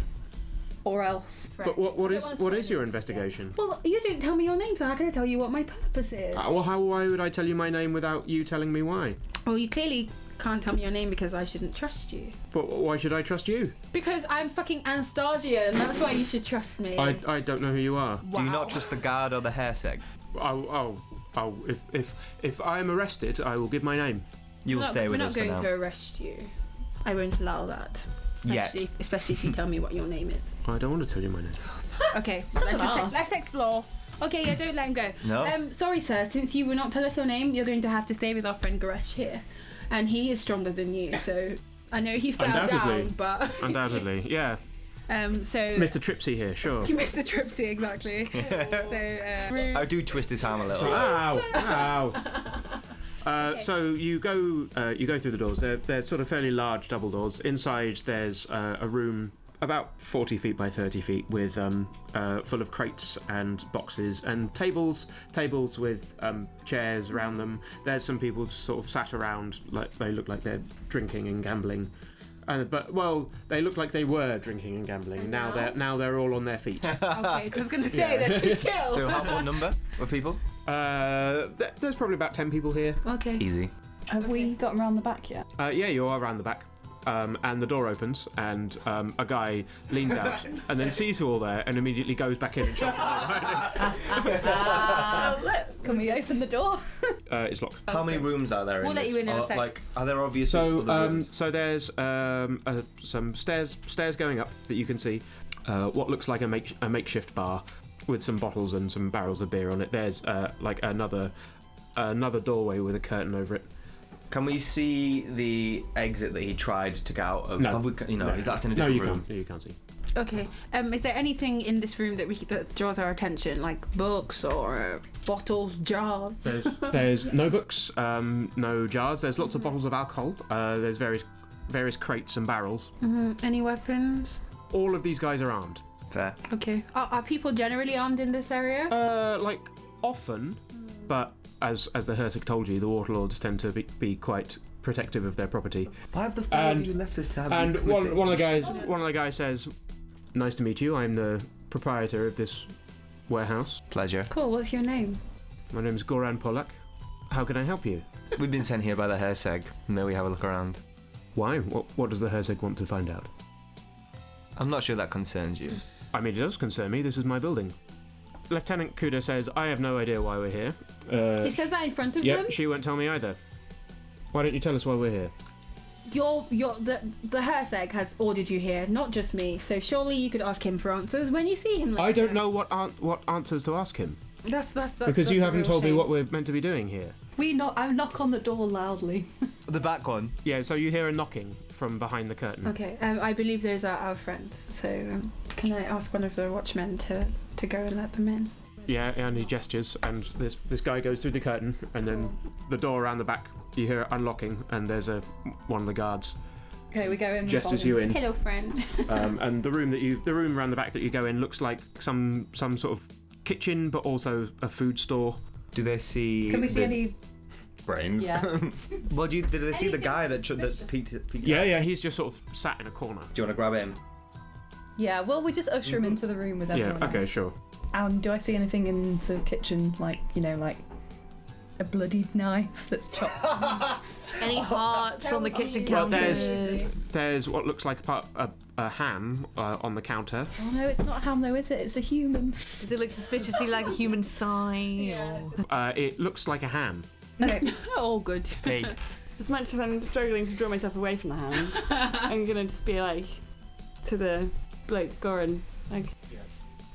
S5: Or else.
S1: But what, what is what is your investigation?
S5: Well, you didn't tell me your name, so how can I tell you what my purpose is?
S1: Uh, well, how why would I tell you my name without you telling me why?
S5: Well, you clearly can't tell me your name because I shouldn't trust you.
S1: But why should I trust you?
S5: Because I'm fucking Anastasia, and that's why you should trust me.
S1: I, I don't know who you are.
S4: Do you
S5: Wow.
S4: not trust the guard or the hair seg?
S1: I'll, I'll, I'll, if, if, if I am arrested, I will give my name.
S4: You'll
S5: We're not-
S4: stay with
S5: we're
S4: us
S5: not going
S4: for now.
S5: to arrest you. I won't allow that. Especially, especially if you tell me what your name is.
S1: I don't want to tell you my name.
S5: Okay,
S8: an
S5: let's, just-
S8: ass.
S5: let's explore. Okay, yeah, don't let him go.
S4: No.
S1: Oh.
S5: Um, sorry, sir. Since you will not tell us your name, you're going to have to stay with our friend Goresh here, and he is stronger than you. So I know he fell
S1: Undoubtedly.
S5: down, but
S1: Undoubtedly, yeah.
S5: um, so
S1: Mr. Tripsy here, sure.
S5: *laughs* you missed the tripsy exactly.
S1: *laughs*
S5: so uh,
S4: I Oh, do twist his arm a little. *laughs*
S1: Ow! Ow! Uh, So you go, uh, you go through the doors. They're, they're sort of fairly large double doors. Inside, there's uh, a room about 40 feet by 30 feet, with um, uh, full of crates and boxes and tables, tables with um, chairs around them. There's some people sort of sat around, like they look like they're drinking and gambling. Uh, but well, they look like they were drinking and gambling.
S5: And
S1: now,
S5: now?
S1: they're now they're all on their feet.
S5: okay, because I was going to say
S1: *laughs*
S5: they're too chill.
S4: So,
S5: *laughs*
S4: how what number of people?
S1: uh, th- there's probably about ten people here.
S5: okay.
S4: Easy.
S6: Have we gotten round the back yet?
S1: Uh, yeah, you are around the back. Um, and the door opens, and um, a guy leans
S4: *laughs*
S1: out and then sees you all there and immediately goes back in and shuts it behind him.
S6: Can we open the door?
S1: Uh, it's locked.
S4: How many rooms are there
S5: We'll
S4: in
S5: let
S4: this?
S5: you in in a
S4: Are-
S5: sec.
S4: Like, are there obvious
S1: So,
S4: other
S1: um,
S4: rooms?
S1: so there's um, uh, some stairs stairs going up that you can see. Uh, what looks like a, make- a makeshift bar with some bottles and some barrels of beer on it. There's uh, like another another doorway with a curtain over it.
S4: Can we see the exit that he tried to get out of?
S1: No.
S4: Have we, you know,
S1: No.
S4: that's in a
S1: No,
S4: different
S1: you
S4: room.
S1: can't. You can't see.
S5: Okay. Um, is there anything in this room that we that draws our attention, like books or uh, bottles, jars?
S1: There's, there's no books, um, no jars. There's lots of bottles of alcohol. Uh, there's various various crates and barrels.
S5: hmm Any weapons?
S1: All of these guys are armed.
S4: Fair.
S5: Okay. Are, are people generally armed in this area?
S1: Uh, like often, but as as the Hersek told you, the Waterlords tend to be, be quite protective of their property.
S4: Why have the five
S1: And-
S4: of you left us to have
S1: And
S4: these
S1: one
S4: quizzes?
S1: one of the guys one of the guys says, "Nice to meet you. I'm the proprietor of this warehouse.
S4: Pleasure.
S5: Cool. What's your name?
S1: My name is Goran Polak. How can I help you?
S4: We've been sent here by the Herseg. May we have a look around?
S1: Why? What what does the Hersek want to find out?
S4: I'm not sure that concerns you.
S1: I mean, it does concern me. This is my building." Lieutenant Kuda says, "I have no idea why we're here." Uh,
S5: He says that in front of
S1: Yep,
S5: them.
S1: she won't tell me either. Why don't you tell us why we're here?
S5: Your your the the Herseg has ordered you here, not just me. So surely you could ask him for answers when you see him. Later.
S1: I don't know what an- what answers to ask him
S5: That's that's, that's
S1: because
S5: that's
S1: you
S5: a
S1: haven't
S5: real
S1: told me
S5: shame.
S1: what we're meant to be doing here.
S6: We knock. I knock on the door loudly.
S4: The back one.
S1: Yeah, so you hear a knocking from behind the curtain.
S5: Okay. Um, I believe those are our friends. So um, can I ask one of the watchmen to to go and let them in?
S1: yeah, and he gestures, and this this guy goes through the curtain, and then the door around the back. You hear it unlocking, and there's a one of the guards
S6: Okay, we go in. we
S1: gestures
S6: follow
S1: you
S6: him.
S1: in.
S5: Hello, *laughs* friend.
S1: um, and the room that you the room around the back that you go in looks like some some sort of kitchen but also a food store
S4: Do they see?
S6: Can we see
S4: the-
S6: any?
S3: Brains.
S11: *laughs*
S3: *laughs*
S6: Yeah.
S5: Oh,
S4: Well, do you, did they see the guy that tr- that peeked, peeked
S1: yeah
S4: out?
S1: yeah he's just sort of sat in a corner
S4: Do you want to grab him?
S6: Yeah. Well, we just usher him into the room with everyone.
S1: Mm-hmm. yeah okay
S6: else.
S1: sure
S6: Um, do I see anything in the kitchen? Like you know, like a bloodied knife that's chopped. Oh,
S7: Oh,
S8: Any hearts on the kitchen
S1: Well,
S8: counters?
S1: there's- there's what looks like a part, a, a ham uh, on the counter
S6: oh no, it's not ham though, is it? It's a human.
S8: Does it look suspiciously like a
S7: *laughs*
S8: human thigh? or-
S1: uh, it looks like a ham
S6: *laughs* Okay.
S5: All good.
S6: *laughs*
S1: pig
S7: As much as I'm struggling to draw myself away from the hand, I'm gonna just be like to the bloke Goran, like,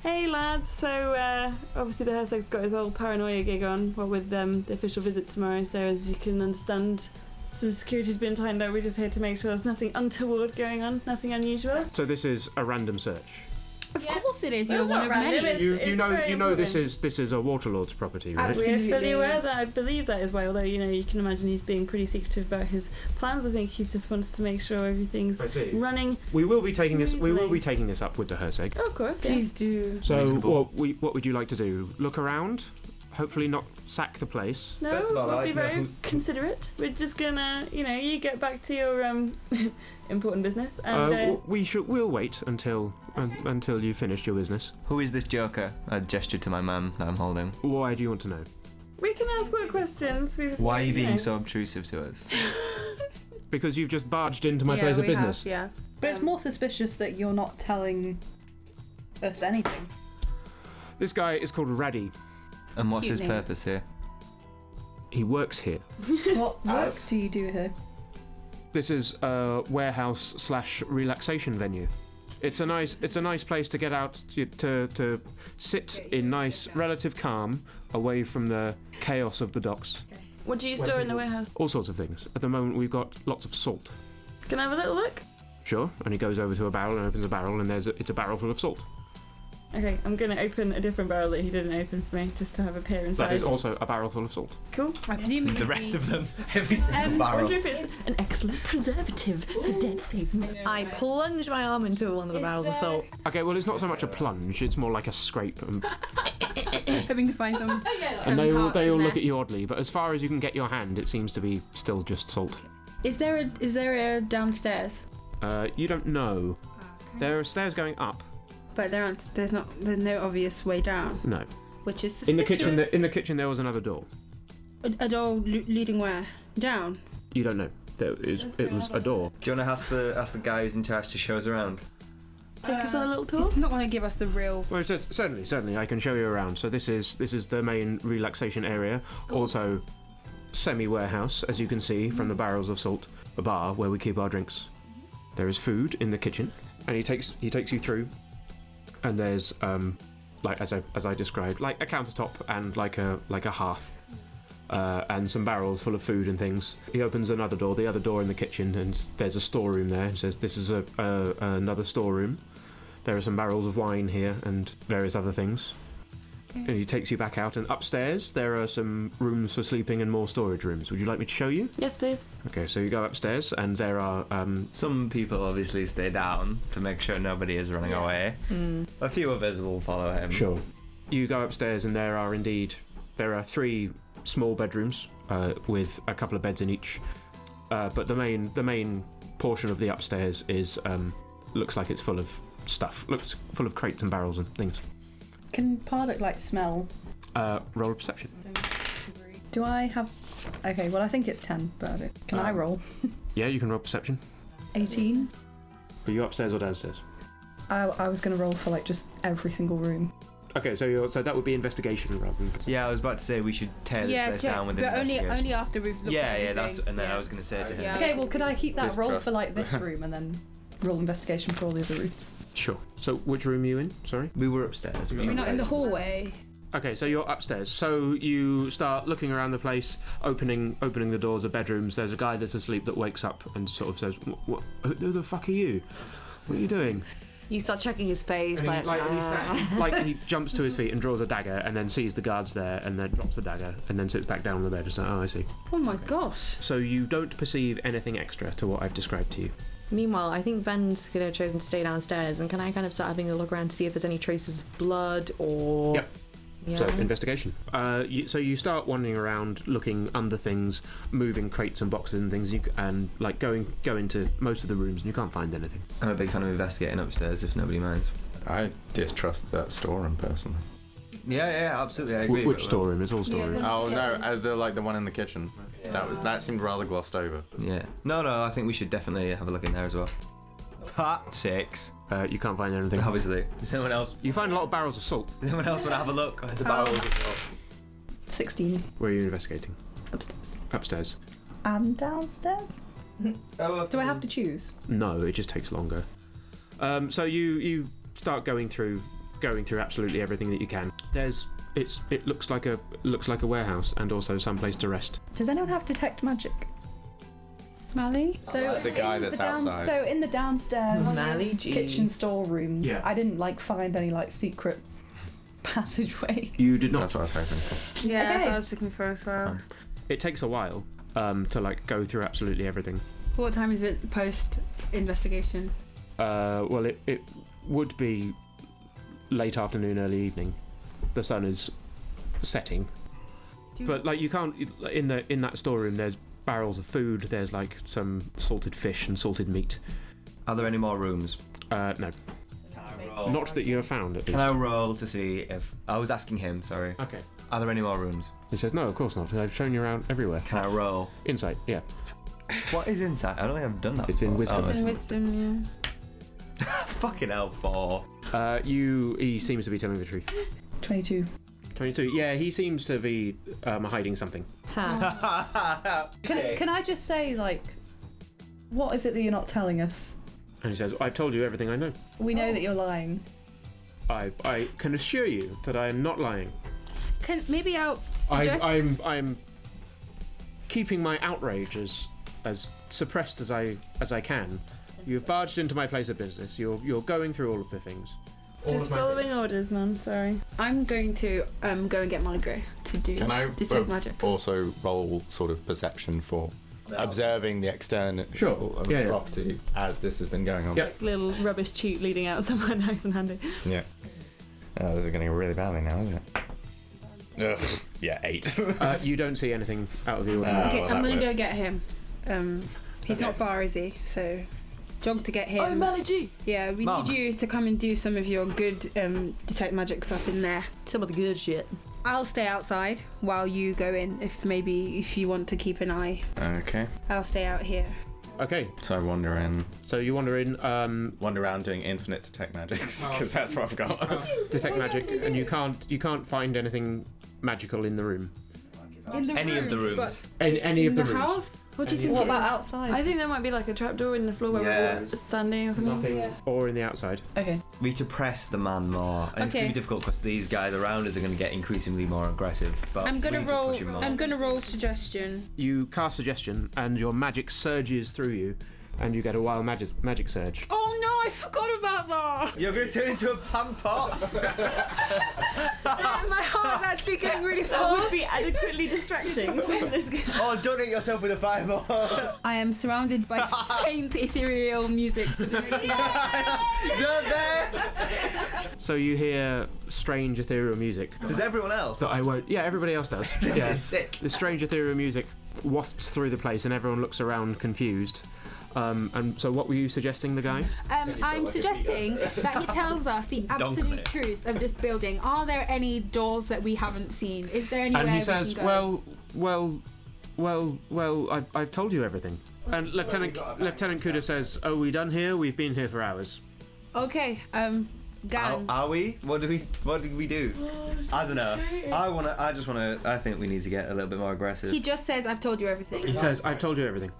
S7: "Hey lads, so uh, obviously the Herzog's got his whole paranoia gig on, what with um, the official visit tomorrow. So as you can understand, some security's been tightened up. We're just here to make sure there's nothing untoward going on, nothing unusual."
S1: *laughs* so this is a random search
S5: Of course it is.
S7: Well,
S5: You're one
S7: not
S5: of
S7: random,
S5: many.
S7: It's-
S1: you
S7: it's
S1: you know
S7: very
S1: you know this
S7: moving.
S1: is this is a waterlord's property right
S7: We're fully
S6: Absolutely.
S7: aware that I believe that as well, though you know you can imagine he's being pretty secretive about his plans. I think he just wants to make sure everything's
S1: I see.
S7: running.
S1: we will be taking this we will
S7: Smoothly.
S1: be taking this up with the Herzeg
S7: Oh, of course,
S5: *laughs*
S7: yeah.
S5: Please do.
S1: so
S3: Reasonable.
S1: what we what would you like to do look around hopefully not sack the place
S7: No,
S4: First of all,
S7: we'll
S4: I'd like
S7: be
S4: to know
S7: very
S4: who-
S7: considerate. We're just gonna, you know, you get back to your um *laughs* important business,
S1: Uh,
S7: and uh,
S1: w- we should. We'll wait until un- until you finished your business.
S4: Who is this joker? I gestured to my man that I'm holding.
S1: Why do you want to know?
S7: we can ask what questions. We've,
S4: Why are you being
S7: know.
S4: so obtrusive to us?
S1: Because you've just barged into my
S5: yeah,
S1: place of
S5: we have,
S1: business.
S5: yeah. Um,
S6: But it's more suspicious that you're not telling us anything.
S1: This guy is called Raddy.
S4: And what's his
S5: Cute name.
S4: purpose here?
S1: He works here.
S6: What work do you do here?
S1: This is a warehouse slash relaxation venue. It's a nice. It's a nice place to get out to to, to sit in nice relative calm, away from the chaos of the docks.
S7: What do you store in the warehouse?
S1: All sorts of things. At the moment, we've got lots of salt.
S7: Can I have a little look?
S1: Sure. And he goes over to a barrel and opens a barrel, and there's a, it's a barrel full of salt.
S7: Okay, I'm gonna open a different barrel that he didn't open for me, just to have a peer inside.
S1: That is also a barrel full of salt.
S7: Cool.
S5: I presume
S4: The
S5: it'd
S4: rest
S5: be-
S4: of them. *laughs* Every single
S5: Um,
S7: I
S4: barrel.
S7: wonder if it's an excellent preservative for dead things.
S8: I plunge my arm into one of the
S5: Is
S8: barrels of
S5: there-
S8: salt.
S1: Okay, well, it's not so much a plunge; it's more like a scrape, *laughs* and,
S5: *laughs* hoping to find
S4: *laughs*
S5: some.
S1: and they all they all look at you oddly. But as far as you can get your hand, it seems to be still just salt.
S5: Is there a is there a downstairs?
S1: Uh, you don't know. There are stairs going up.
S5: But there aren't. There's not. There's no obvious way down,
S1: No,
S5: which is
S1: in the
S5: suspicious.
S1: kitchen. The, in the kitchen, there was another door.
S5: a, a door le- leading where down.
S1: You don't know. There is, it was a door.
S4: Do you want to ask the ask the guy who's in charge to show us around?
S7: Take us on a little tour.
S5: He's Uh, not going to give us the real.
S1: Well, it's- certainly, certainly, I can show you around. So this is this is the main relaxation area. Also, semi warehouse, as you can see from the barrels of salt. A bar where we keep our drinks. There is food in the kitchen, and he takes he takes you through. And there's um, like as I as I described, like a countertop and like a like a hearth. Uh, and some barrels full of food and things. He opens another door, the other door in the kitchen, and there's a storeroom there. He says, "This is a, a another storeroom." There are some barrels of wine here and various other things. And he takes you back out, and upstairs there are some rooms for sleeping and more storage rooms. Would you like me to show you?
S7: Yes, please.
S1: Okay, so you go upstairs, and there are. Um,
S4: Some people obviously stay down to make sure nobody is running away.
S8: Mm.
S4: A few of us will follow him.
S1: You go upstairs, and there are indeed there are three small bedrooms uh, with a couple of beds in each. Uh, but the main the main portion of the upstairs is um, looks like it's full of stuff. Looks full of crates and barrels and things.
S6: Can Pardot like smell?
S1: Uh, roll a perception.
S6: Do I have? Okay, well I think it's ten, but I don't- can I
S1: Um,
S6: roll?
S1: Yeah, you can roll perception.
S6: Eighteen.
S1: Are you upstairs or downstairs?
S6: I, I was gonna roll for like just every single room.
S1: Okay, so you're, so that would be investigation rather than.
S4: Yeah, I was about to say we should tear
S5: yeah,
S4: this place
S5: check-
S4: down with
S5: but only
S4: investigation.
S5: only after we've looked.
S4: yeah,
S5: at
S4: yeah, that's
S5: everything.
S4: and then
S5: Yeah.
S4: I was gonna say to him.
S5: Yeah.
S6: Okay, well could I keep that roll
S3: Distrust.
S6: for like this room and then roll investigation for all the other rooms?
S1: Sure. So which room are you in? Sorry.
S4: We were upstairs.
S1: We're
S5: We're not in the hallway.
S1: Okay, so you're upstairs. So you start looking around the place, opening opening the doors of bedrooms. There's a guy that's asleep that wakes up and sort of says, "What? what who the fuck are you? What are you doing?"
S8: You start checking his face,
S1: And he-
S8: like,
S1: like, he
S8: "Ah."
S1: sta- like, he jumps to his feet and draws a dagger, and then sees the guards there, and then drops the dagger, and then sits back down on the bed. Just like, oh, I see.
S5: Oh my gosh.
S1: So you don't perceive anything extra to what I've described to you.
S8: Meanwhile, I think Ven's gonna chosen to stay downstairs, and can I kind of start having a look around to see if there's any traces of blood or?
S1: Yep.
S8: Yeah.
S1: So investigation. Uh, you, so you start wandering around, looking under things, moving crates and boxes and things, you, c- and like going go into most of the rooms, and you can't find anything.
S4: I'm a big fan of investigating upstairs, if nobody minds.
S11: I distrust that storeroom personally.
S4: Yeah, yeah, absolutely. I
S1: Wh-
S4: agree.
S1: which
S4: but- uh,
S1: storeroom? It's all storeroom.
S11: Oh no, uh, the like the one in the kitchen. That was that seemed rather glossed over.
S4: Yeah. No, no. I think we should definitely have a look in there as well. Part six.
S1: Uh, you can't find anything.
S4: Obviously. Does anyone else?
S1: You find a lot of barrels of salt.
S4: Does anyone else want to have a look
S5: *laughs*
S4: at the barrels? as well?
S6: 16
S1: Where are you investigating?
S6: upstairs.
S1: Upstairs.
S6: And *laughs* downstairs? Do I have to choose?
S1: No, it just takes longer. Um, so you you start going through going through absolutely everything that you can. There's it's it looks like a looks like a warehouse and also some place to rest.
S6: Does anyone have detect magic? Mally?
S5: So
S11: The guy that's outside.
S6: So in the downstairs
S8: Mally G.
S6: kitchen storeroom,
S1: Yeah.
S6: I didn't like find any like secret *laughs* passageway.
S1: You did not.
S11: That's what I was hoping for.
S5: Yeah, that's
S6: Okay.
S5: what I was looking for as well.
S1: It takes a while um, to like go through absolutely everything.
S5: What time is it post investigation?
S1: Uh, well, it it would be late afternoon, early evening. The sun is setting,
S5: Do
S4: Mm.
S5: you-
S1: but like you can't in the in that storeroom. There's barrels of food. There's like some salted fish and salted meat.
S4: Are there any more rooms?
S1: Uh, no, not that you have found at
S4: Oh. Can
S1: least.
S4: I roll to see if I was asking him? Sorry.
S1: Okay.
S4: Are there any more rooms?
S1: He says, "No, of course not. I've shown you around everywhere."
S4: Can I roll?
S1: Insight, yeah.
S4: What is insight? I don't think I've done that.
S1: It's in
S4: before.
S1: wisdom.
S4: Oh,
S5: It's in wisdom, yeah.
S4: *laughs* Fucking hell,
S5: *laughs*
S4: four.
S1: Uh, you, he seems to be telling the truth.
S6: 22.
S1: Twenty-two. Yeah, he seems to be um, hiding something.
S8: Ha.
S6: Can, can I just say, like, what is it that you're not telling us?
S1: And he says, "I've told you everything I know.
S6: We know that you're lying.
S1: I, I can assure you that I am not lying.
S5: Can maybe I'll
S1: I,
S5: suggest
S1: I'm, I'm keeping my outrage as, as suppressed as I, as I can. You've barged into my place of business. You're, you're going through all of the things.
S7: Just following orders, man. Sorry.
S5: I'm going to um go and get Malagre to do
S11: Can I
S5: detect
S11: uh,
S5: magic.
S11: also roll sort of perception for observing the external
S1: Sure,
S11: of
S1: yeah,
S11: the
S1: yeah.
S11: property as this has been going on?
S1: Yeah.
S7: Little rubbish chute leading out *laughs* somewhere nice and handy.
S11: Yeah. Oh, this is going to go really badly now, isn't it? Ugh. Yeah, eight.
S1: Uh, you don't see anything out of the ordinary.
S5: Okay,
S11: well,
S5: I'm
S11: that
S5: gonna go
S11: worked.
S5: get him. Um, he's not far, is he? So jog to get him.
S7: G.
S5: yeah, we
S4: Mum.
S5: need you to come and do some of your good um detect magic stuff in there.
S8: Some of the good shit.
S5: I'll stay outside while you go in. If maybe if you want to keep an eye,
S11: okay.
S5: I'll stay out here.
S1: Okay,
S11: So I wander in.
S1: so you wander in, um,
S3: Wander around doing infinite detect
S1: Oh.
S3: magics because that's what I've got.
S1: detect magic, and you can't, you can't find anything magical in the room.
S5: In the
S4: Any of the rooms.
S1: In any of
S5: in
S1: the,
S5: the,
S1: rooms.
S5: house?
S7: What do you
S1: Any
S7: think?
S6: What
S7: it
S6: about
S7: is?
S6: outside?
S7: I think there might be like a trapdoor in the floor where
S4: Yeah.
S7: we were standing or something.
S1: Nothing.
S5: Yeah.
S1: Or in the outside.
S6: Okay.
S4: We need to press the man more, and it's gonna
S5: Okay.
S4: be difficult because these guys around us are gonna get increasingly more aggressive. But
S5: I'm
S4: we
S5: gonna
S4: need To
S5: roll.
S4: push him more.
S5: I'm gonna roll suggestion.
S1: You cast suggestion, and your magic surges through you, and you get a wild magic magic surge.
S5: Oh no, I forgot about *laughs* that.
S4: You're gonna turn into a plant *laughs* pot.
S5: My heart's actually getting *laughs* really
S7: That
S5: fast.
S7: would be adequately distracting for this guy.
S4: oh, don't hit yourself with a *laughs* fireball.
S5: I am surrounded by faint ethereal music. for the next
S4: the best.
S1: So you hear strange ethereal music.
S4: Does everyone else?
S1: But I won't. Yeah, everybody else *laughs* does. yeah.
S4: This is sick.
S1: The strange ethereal music wafts through the place, and everyone looks around confused. Um, and so, what were you suggesting, the guy?
S5: Um, I'm suggesting that he tells us the absolute truth of this building. Are there any doors that we haven't seen? Is there anywhere
S1: and he
S5: we
S1: says,
S5: can go?
S1: "Well, well, well, well. I've, I've told you everything." And Lieutenant Lieutenant Kuda says, "Oh, we done here? We've been here for hours."
S5: okay, um,
S4: Are,
S5: Gan,
S4: are we? What do we? What did we do? I don't know. I wanna. I just wanna. I think we need to get a little bit more aggressive.
S5: he just says, "I've told you
S1: He
S5: everything."
S1: says, "I've told you everything."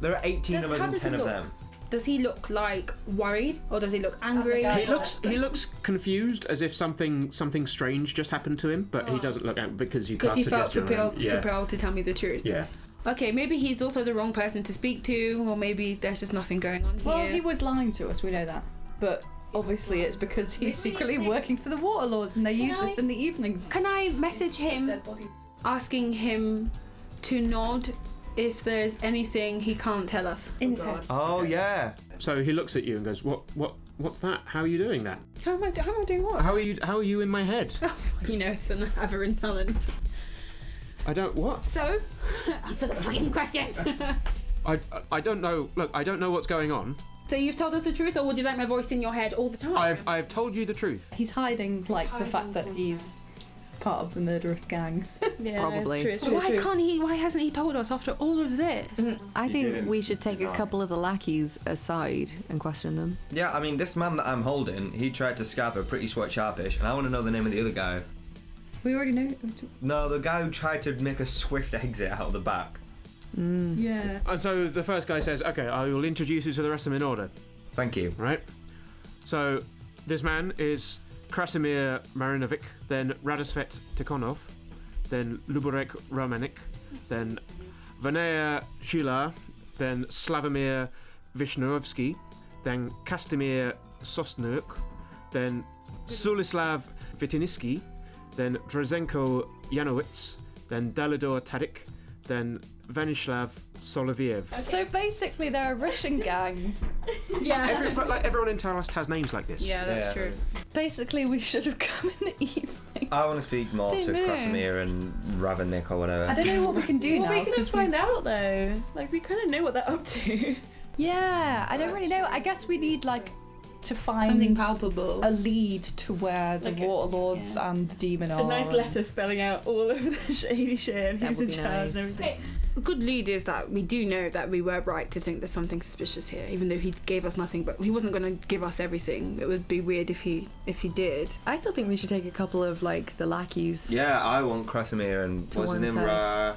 S4: there are 18
S5: Does-
S4: of us
S5: how
S4: and
S5: does
S4: 10
S5: it
S4: of
S5: look?
S4: them.
S5: Does he look like worried, or does he look angry?
S1: He looks he looks confused, as if something something strange just happened to him, but he doesn't look out because you
S5: because
S1: cast
S5: Oh. he felt
S1: suggestion. on
S5: propelled,
S1: him. Yeah,
S5: propelled to tell me the truth.
S1: yeah.
S5: Okay, maybe he's also the wrong person to speak to, or maybe there's just nothing going on
S6: Well,
S5: here.
S6: he was lying to us, we know that. But Obviously, it's because he's secretly working for the Waterlords, and they use this in the evenings.
S5: Can I message him asking him to nod if there's anything he can't tell us?
S6: In his head.
S4: Oh yeah.
S1: So he looks at you and goes, "What? What? What's that? How are you doing that?
S5: How am I, how am I doing what? *laughs* Oh,
S1: How are you? How are you in my head?
S5: you know, it's an aberrant talent.
S1: I don't what?
S5: So, *laughs* answer the fucking question. *laughs*
S1: I, I- I don't know. Look, I don't know what's going on.
S5: so you've told us the truth, or would you like my voice in your head all the time?
S1: I've I've told you the truth.
S6: He's hiding, like, the fact that he's part of the murderous gang.
S7: Yeah,
S8: Probably.
S7: It's true, it's true,
S5: why
S7: it's true.
S5: can't he? Why hasn't he told us after all of this?
S8: Mm, I
S11: You
S8: think
S11: didn't
S8: we should take a
S11: deny.
S8: couple of the lackeys aside and question them.
S4: Yeah, I mean, this man that I'm holding, he tried to scab her pretty sweat sharpish, and I want to know the name of the other guy.
S6: we already know.
S4: No, the guy who tried to make a swift exit out of the back.
S8: Mm.
S7: Yeah.
S1: And so the first guy says, "Okay, I will introduce you to the rest of them in order."
S4: Thank you.
S1: Right. So this man is Krasimir Marinovic, then Radosvet Tikhonov, then Luborek Romanik, then Vanaya Shula, then Slavomir Vishnuovsky, then Kastimir Sosnuk, then Sulislav Vitiniski, then Drazenko Yanowitz, then Dalidor Tadik, then Vanislav Soloviev.
S6: So basically, they're a Russian gang.
S5: yeah.
S1: Every, but like everyone in Tarlast has names like this.
S5: Yeah, that's
S4: Yeah.
S5: true.
S6: Basically, we should have come in
S5: *laughs*
S6: the evening.
S4: I want to speak more
S6: Don't
S4: to
S6: know.
S4: Krasimir and Ravenik or whatever.
S6: I don't know what we can do now.
S7: Well, we can
S6: 'cause
S7: just
S6: we-
S7: find out though. Like we kind of know what they're up to. *laughs*
S6: Yeah, I don't really know. I guess we need like to find
S5: palpable.
S6: a lead to where the
S7: Like a-
S6: Waterlords
S7: yeah.
S6: and the demon are.
S7: A nice letter spelling out all of the *laughs* shady shit and
S8: That
S7: who's
S8: would
S7: in
S8: be
S7: charge and
S8: nice.
S7: everything.
S5: A good lead is that we do know that we were right to think there's something suspicious here, even though he gave us nothing. But he wasn't going to give us everything. It would be weird if he if he did.
S8: I still think we should take a couple of like the lackeys.
S4: Yeah, I want Krasimir and
S8: To
S4: what's his
S8: one
S4: name?
S8: side.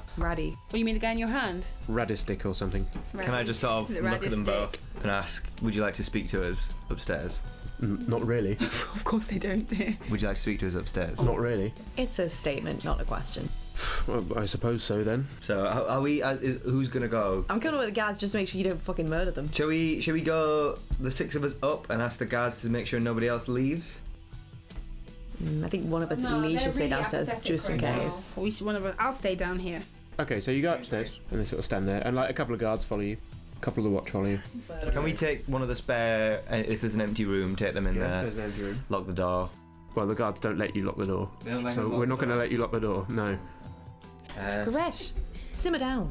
S4: Ra-
S8: Ratty.
S5: Oh, you mean the guy in your hand?
S1: Radistic or something.
S4: Can I just sort of
S5: Is it
S4: look at them
S5: Radistic?
S4: both and ask, would you like to speak to us upstairs?
S1: not really.
S5: *laughs* of course they don't.
S4: Would you like to speak to us upstairs?
S1: not really.
S8: It's a statement, not a question.
S1: Well, I suppose so then.
S4: So, are, are we? Uh, is, who's gonna go?
S8: I'm coming with the guys just to make sure you don't fucking murder them.
S4: Shall we? Shall we go? The six of us up and ask the guards to make sure nobody else leaves.
S8: Mm, I think one of us
S5: No,
S8: at least
S5: they're
S8: should stay
S5: really
S8: downstairs
S5: apathetic
S8: just in
S5: right now.
S8: case.
S5: We should, one of us. I'll stay down here.
S1: Okay, so you go upstairs and they sort of stand there, and like a couple of guards follow you, a couple of the watch follow you.
S4: Can we take one of the spare? uh, If there's an empty room, take them in there.
S1: There's an empty room.
S4: Lock the door.
S1: Well, the guards don't let you lock the door, so we're not going to let you lock the door. No.
S4: Uh,
S8: Koresh, simmer down.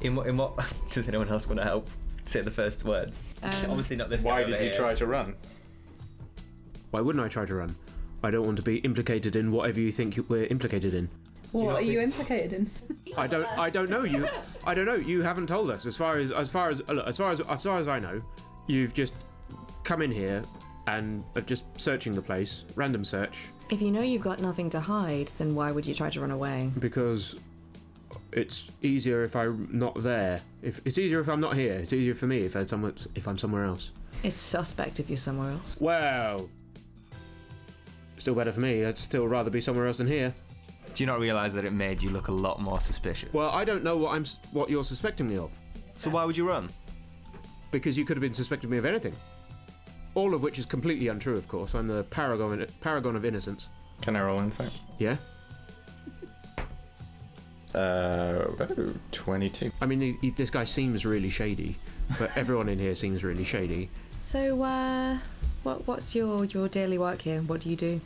S4: in what? In what? *laughs* Does anyone else want to help? Say the first words. *laughs*
S8: Um,
S4: Obviously not this.
S11: Why
S4: guy
S11: did
S4: over
S11: you
S4: here.
S11: try to run?
S1: Why wouldn't I try to run? I don't want to be implicated in whatever you think you- we're implicated in.
S6: What are
S4: think-
S6: you implicated in?
S1: I don't. I don't know you. I don't know. You haven't told us. As far as as far as uh, look, as far as as far as I know, you've just come in here and are just searching the place, random search,
S8: if you know you've got nothing to hide, then why would you try to run away?
S1: because it's easier if I'm not there. If it's easier if I'm not here, it's easier for me if I'm somewhere if I'm somewhere else.
S8: It's suspect if you're somewhere else.
S1: Well, still better for me. I'd still rather be somewhere else than here.
S4: Do you not realise that it made you look a lot more suspicious?
S1: Well, I don't know what I'm s- what you're suspecting me of
S4: So why would you run?
S1: because you could have been suspecting me of anything. All of which is completely untrue, of course. I'm the paragon paragon of innocence.
S11: Can I roll insight?
S1: Yeah.
S11: Uh, 22.
S1: I mean, he, he- this guy seems really shady, but everyone in here seems really shady.
S8: So, uh, what what's your your daily work here? What do you do?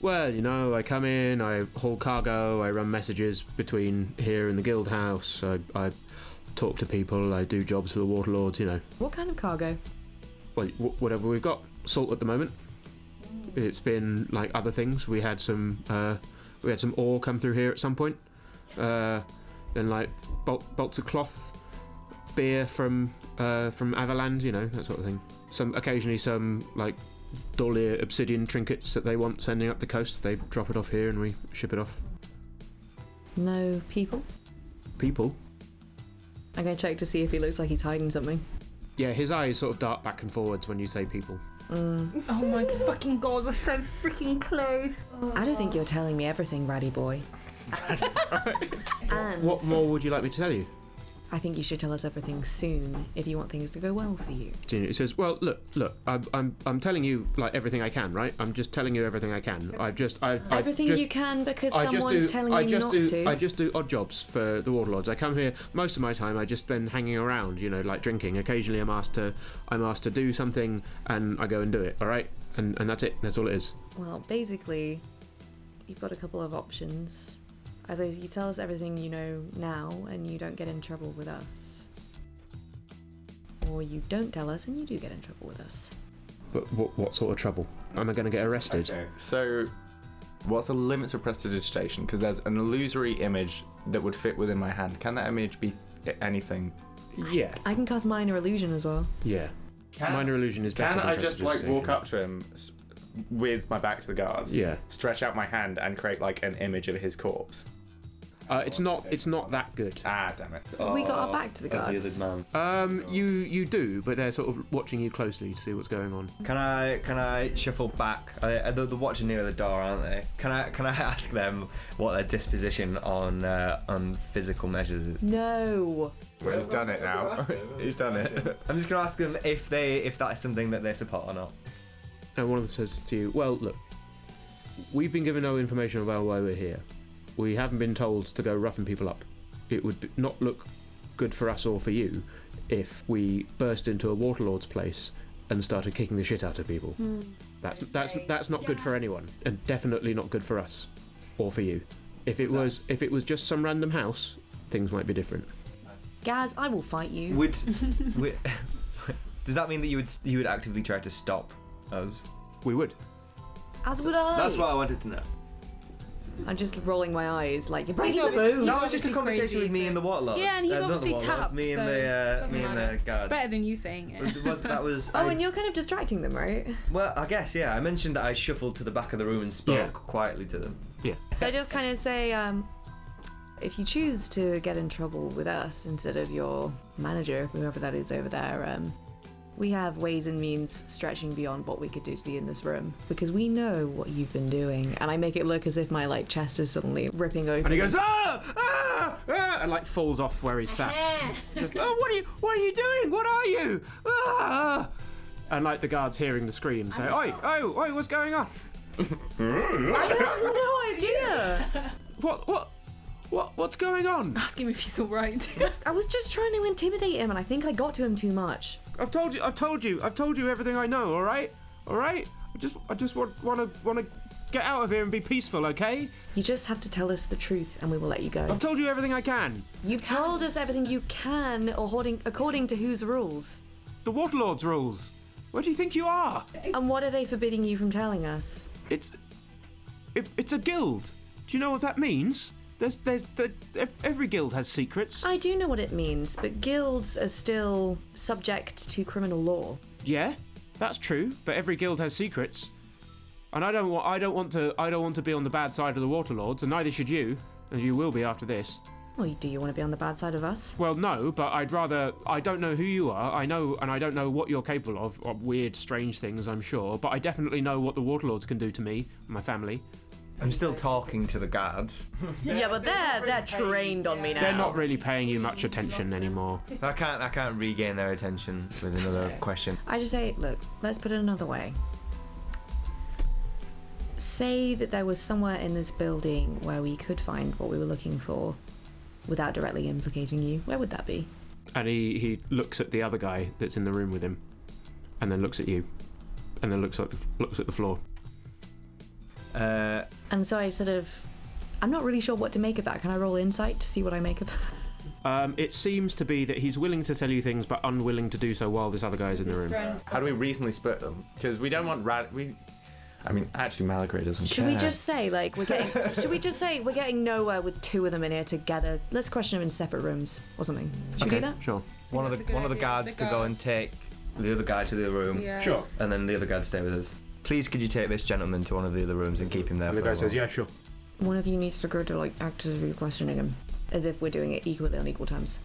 S1: Well, you know, I come in, I haul cargo, I run messages between here and the guild house, I, I talk to people, I do jobs for the waterlords, you know.
S8: What kind of cargo?
S1: Well, wh- whatever we've got. Salt at the moment. It's been like other things. We had some, uh, we had some ore come through here at some point. Uh, then like bol- bolts of cloth, beer from uh, from Avaland, you know that sort of thing. Some occasionally some like Dolia obsidian trinkets that they want sending up the coast. They drop it off here and we ship it off.
S8: No people.
S1: People.
S8: I'm gonna check to see if he looks like he's hiding something.
S1: Yeah, his eyes sort of dart back and forwards when you say people.
S8: Mm.
S5: Oh my fucking god, we're so freaking close.
S8: I don't think you're telling me everything, Ratty boy.
S1: What more would you like me to tell you?
S8: I think you should tell us everything soon if you want things to go well for you.
S1: Junior, he says, "Well, look, look. I'm, I'm, I'm telling you like everything I can, right? I'm just telling you everything I can. I just, I, I
S8: everything
S1: just-
S8: you can because
S1: I just
S8: someone's
S1: do-
S8: telling
S1: I
S8: you
S1: just
S8: not
S1: do,
S8: to.
S1: I just do odd jobs for the Waterlords. I come here most of my time. I just spend hanging around, you know, like drinking. Occasionally, I'm asked to, I'm asked to do something, and I go and do it. All right, and and that's it. That's all it is.
S8: Well, basically, you've got a couple of options. Either you tell us everything you know now and you don't get in trouble with us, or you don't tell us and you do get in trouble with us.
S1: But what, what sort of trouble? Am I going to get arrested?
S3: Okay, So, what's the limits of prestidigitation? Because there's an illusory image that would fit within my hand. Can that image be th- anything?
S1: Yeah.
S8: I can cast minor illusion as well.
S1: Yeah. Minor illusion is better.
S3: Can
S1: than
S3: I just like walk
S1: prestidigitation.
S3: up to him s- with my back to the guards?
S1: Yeah.
S3: Stretch out my hand and create like an image of his corpse.
S1: Uh, it's not. It's not that good.
S3: Ah, damn it.
S8: we
S1: Oh,
S8: got our back to Oh, the guards.
S1: Um, you you do, but they're sort of watching you closely to see what's going on.
S4: Can I can I shuffle back? Are they, are they- they're watching near the door, aren't they? Can I can I *laughs* ask them what their disposition on uh, on physical measures is?
S8: No.
S3: Well, he's done it now.
S4: *laughs*
S3: he's done it.
S4: I'm just gonna ask them if they if that is something that they support or not.
S1: And one of them says to you, "Well, look, we've been given no information about why we're here. We haven't been told to go roughing people up. It would be- not look good for us or for you if we burst into a waterlord's place and started kicking the shit out of people. That's that's that's not good for anyone, and definitely not good for us or for you. If it was if it was just some random house, things might be different.
S8: Gaz, I will fight
S5: *laughs*
S8: you.
S4: Would, would *laughs* does that mean that you would you would actively try to stop us?
S1: We would.
S8: As would I.
S4: That's what I wanted to know.
S8: I'm just rolling my eyes like you're breaking the
S5: He's obviously-
S8: rules.
S4: No, it's just a conversation with me and the waterlord.
S5: Yeah, and he's
S4: uh, not
S5: obviously
S4: the waterlord,
S5: tapped.
S4: Me and
S5: so
S4: the uh,
S5: doesn't
S4: me and
S5: matter.
S4: the
S5: It's better
S4: guards.
S5: than you
S4: *laughs*
S5: saying it.
S4: Was that
S5: *laughs*
S4: was?
S8: Oh,
S4: I-
S8: and you're kind of distracting them, right?
S4: Well, I guess yeah. I mentioned that I shuffled to the back of the room and spoke
S1: Yeah.
S4: quietly to them.
S8: So I just kind of say, um, if you choose to get in trouble with us instead of your manager, whoever that is over there, um, we have ways and means stretching beyond what we could do to you in this room because we know what you've been doing. And I make it look as if my like chest is suddenly ripping open.
S1: And he goes ah ah ah, and like falls off where he's sat. Just, oh, what are you? What are you doing? What are you? Ah! And like the guards hearing the scream say, "Oi, oh, oi, what's going on?
S8: no idea.
S1: What, what, what, what's going on?
S5: Ask him if he's alright.
S8: I was just trying to intimidate him, and I think I got to him too much.
S1: I've told you, I've told you, I've told you everything I know. All right, all right. I just, I just want, want to, want to get out of here and be peaceful. Okay?
S8: You just have to tell us the truth, and we will let you go.
S1: I've told you everything I can.
S8: You've told us everything you can, according according to whose rules.
S1: The Waterlord's rules. Where do you think you are?
S8: And what are they forbidding you from telling us?
S1: It's, it, it's a guild. Do you know what that means? There's, there's, there, ev- every guild has secrets.
S8: I do know what it means, but guilds are still subject to criminal law.
S1: Yeah, that's true. But every guild has secrets, and I don't want I don't want to I don't want to be on the bad side of the Waterlords, and neither should you, and you will be after this.
S8: Well, do you want to be on the bad side of us?
S1: Well, no, but I'd rather I don't know who you are. I know, and I don't know what you're capable of. Of weird, strange things, I'm sure, but I definitely know what the Waterlords can do to me, and my family.
S4: I'm still talking to the guards.
S8: Yeah, but they're they're trained on me now.
S1: They're not really paying you much attention anymore.
S4: I can't I can't regain their attention with another
S5: *laughs*
S4: question.
S8: I just say, look, let's put it another way. Say that there was somewhere in this building where we could find what we were looking for without directly implicating you. Where would that be?
S1: And he he looks at the other guy that's in the room with him, and then looks at you, and then looks at the, looks at the floor.
S4: Uh,
S8: And so I sort of I'm not really sure what to make of that. Can I roll insight to see what I make of
S1: Um, it seems to be that he's willing to tell you things, but unwilling to do so while this other guy's in the room.
S3: How do we reasonably split them? Because we don't want rad. We. I mean, actually, Malacry doesn't
S8: Should
S3: care.
S8: we just say like we're
S1: *laughs*
S8: getting? should we just say we're getting nowhere with two of them in here together? Let's question them in separate rooms or something. Should we do that?
S1: Sure.
S4: one of
S5: that's a
S4: the
S5: good
S4: one of the
S5: idea.
S4: guards to
S5: The
S4: go
S5: guard.
S4: and take the other guy to the other room,
S8: Uh,
S5: yeah.
S4: and then the other guard stay with us. Please, could you take this gentleman to one of the other rooms and keep him there?
S1: And
S4: for
S1: the guy
S4: a
S1: says,
S4: while?
S1: "Yeah, sure."
S8: One of you needs to go to like actively questioning him, as if we're doing it equally on equal terms.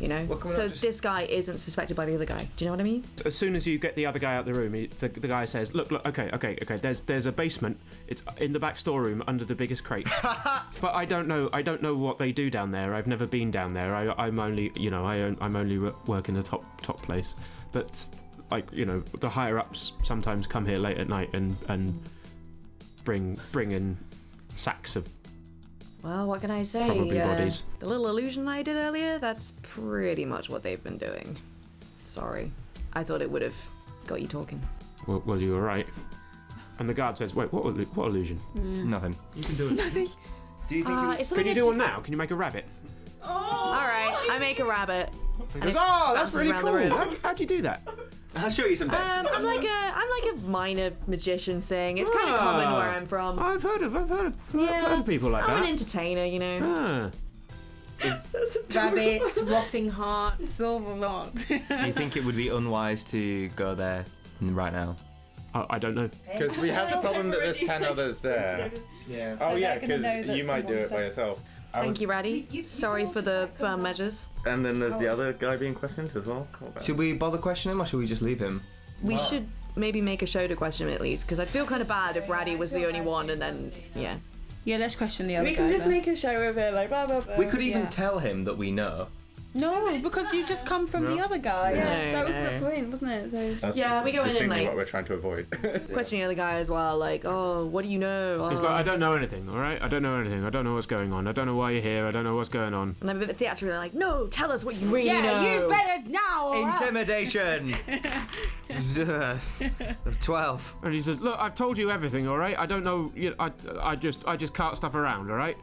S8: you know.
S1: can we
S8: So
S1: not just-
S8: this guy isn't suspected by the other guy. Do you know what I mean?
S1: As soon as you get the other guy out the room, he, the, the guy says, "Look, look, okay, okay, okay. There's there's a basement. It's in the back storeroom under the biggest crate.
S4: *laughs*
S1: but I don't know. I don't know what they do down there. I've never been down there. I, I'm only, you know, I, on- I'm only wo- work in the top top place. But like, you know, the higher ups sometimes come here late at night and and bring bring in sacks of
S8: Well, what can I say? Uh,
S1: Probably bodies.
S8: The little illusion I did earlier, that's pretty much what they've been doing. Sorry. I thought it would have got you talking.
S1: well, well you were right. And the guard says, "Wait, what? illu- What illusion?
S8: Mm.
S1: Nothing. You can do it.
S8: Nothing.
S1: Do you
S8: think Uh, you- it's
S1: can
S8: something
S1: you do one
S8: that's-
S1: now? Can you make a rabbit?
S8: All right, I make a rabbit. And
S1: goes,
S8: it
S1: "Oh, that's
S8: bounces
S1: really
S8: around the
S1: cool.
S8: room.
S1: How, how do you do that?
S4: I'll show you
S8: Um,
S4: something.
S8: I'm like a I'm like a minor magician thing. It's kind of
S1: Ah.
S8: common where I'm from.
S1: I've heard of I've heard of,
S8: yeah.
S1: heard of people like
S8: I'm
S1: that.
S8: an entertainer, you know.
S1: Ah.
S5: Rabbits, rotting hearts, all the lot.
S4: Do you think it would be unwise to go there right now?
S1: I don't know.
S11: Because we had the problem that there's 10 others there.
S4: Yeah.
S11: oh, yeah, because you might do it by yourself. I
S8: Thank
S11: was-
S8: you, Raddy. Sorry for the firm measures.
S3: And then there's the
S5: Oh.
S3: other guy being questioned as well.
S4: Should we bother questioning him or should we just leave him?
S8: We should maybe make a show to question him at least, because I'd feel kind of bad if Raddy was the only one, and then yeah.
S5: Yeah, let's question the other
S7: We can
S5: guy
S7: just
S5: then.
S7: make a show of it, like blah blah blah.
S4: We could even
S5: Uh, Yeah.
S4: tell him that we know.
S5: No, because you just come from
S4: No.
S5: the other guy.
S8: Yeah,
S7: that was the point, wasn't it? So
S11: That's
S8: Yeah, we go in and,
S11: distinctly
S8: like-
S11: what we're trying to avoid.
S8: Questioning the other guy as well, like, oh, what do you know?
S1: It's
S8: Oh.
S1: like I don't know anything. All right, I don't know anything. I don't know what's going on. I don't know why you're here. I don't know what's going on.
S8: And then the theatrically like, no, tell us what you really know.
S5: Yeah, you better now. Or *laughs*
S4: Intimidation. *laughs* Twelve.
S1: And he says, "Look, I've told you everything. All right, I don't know. You I I just I just cart stuff around. All right."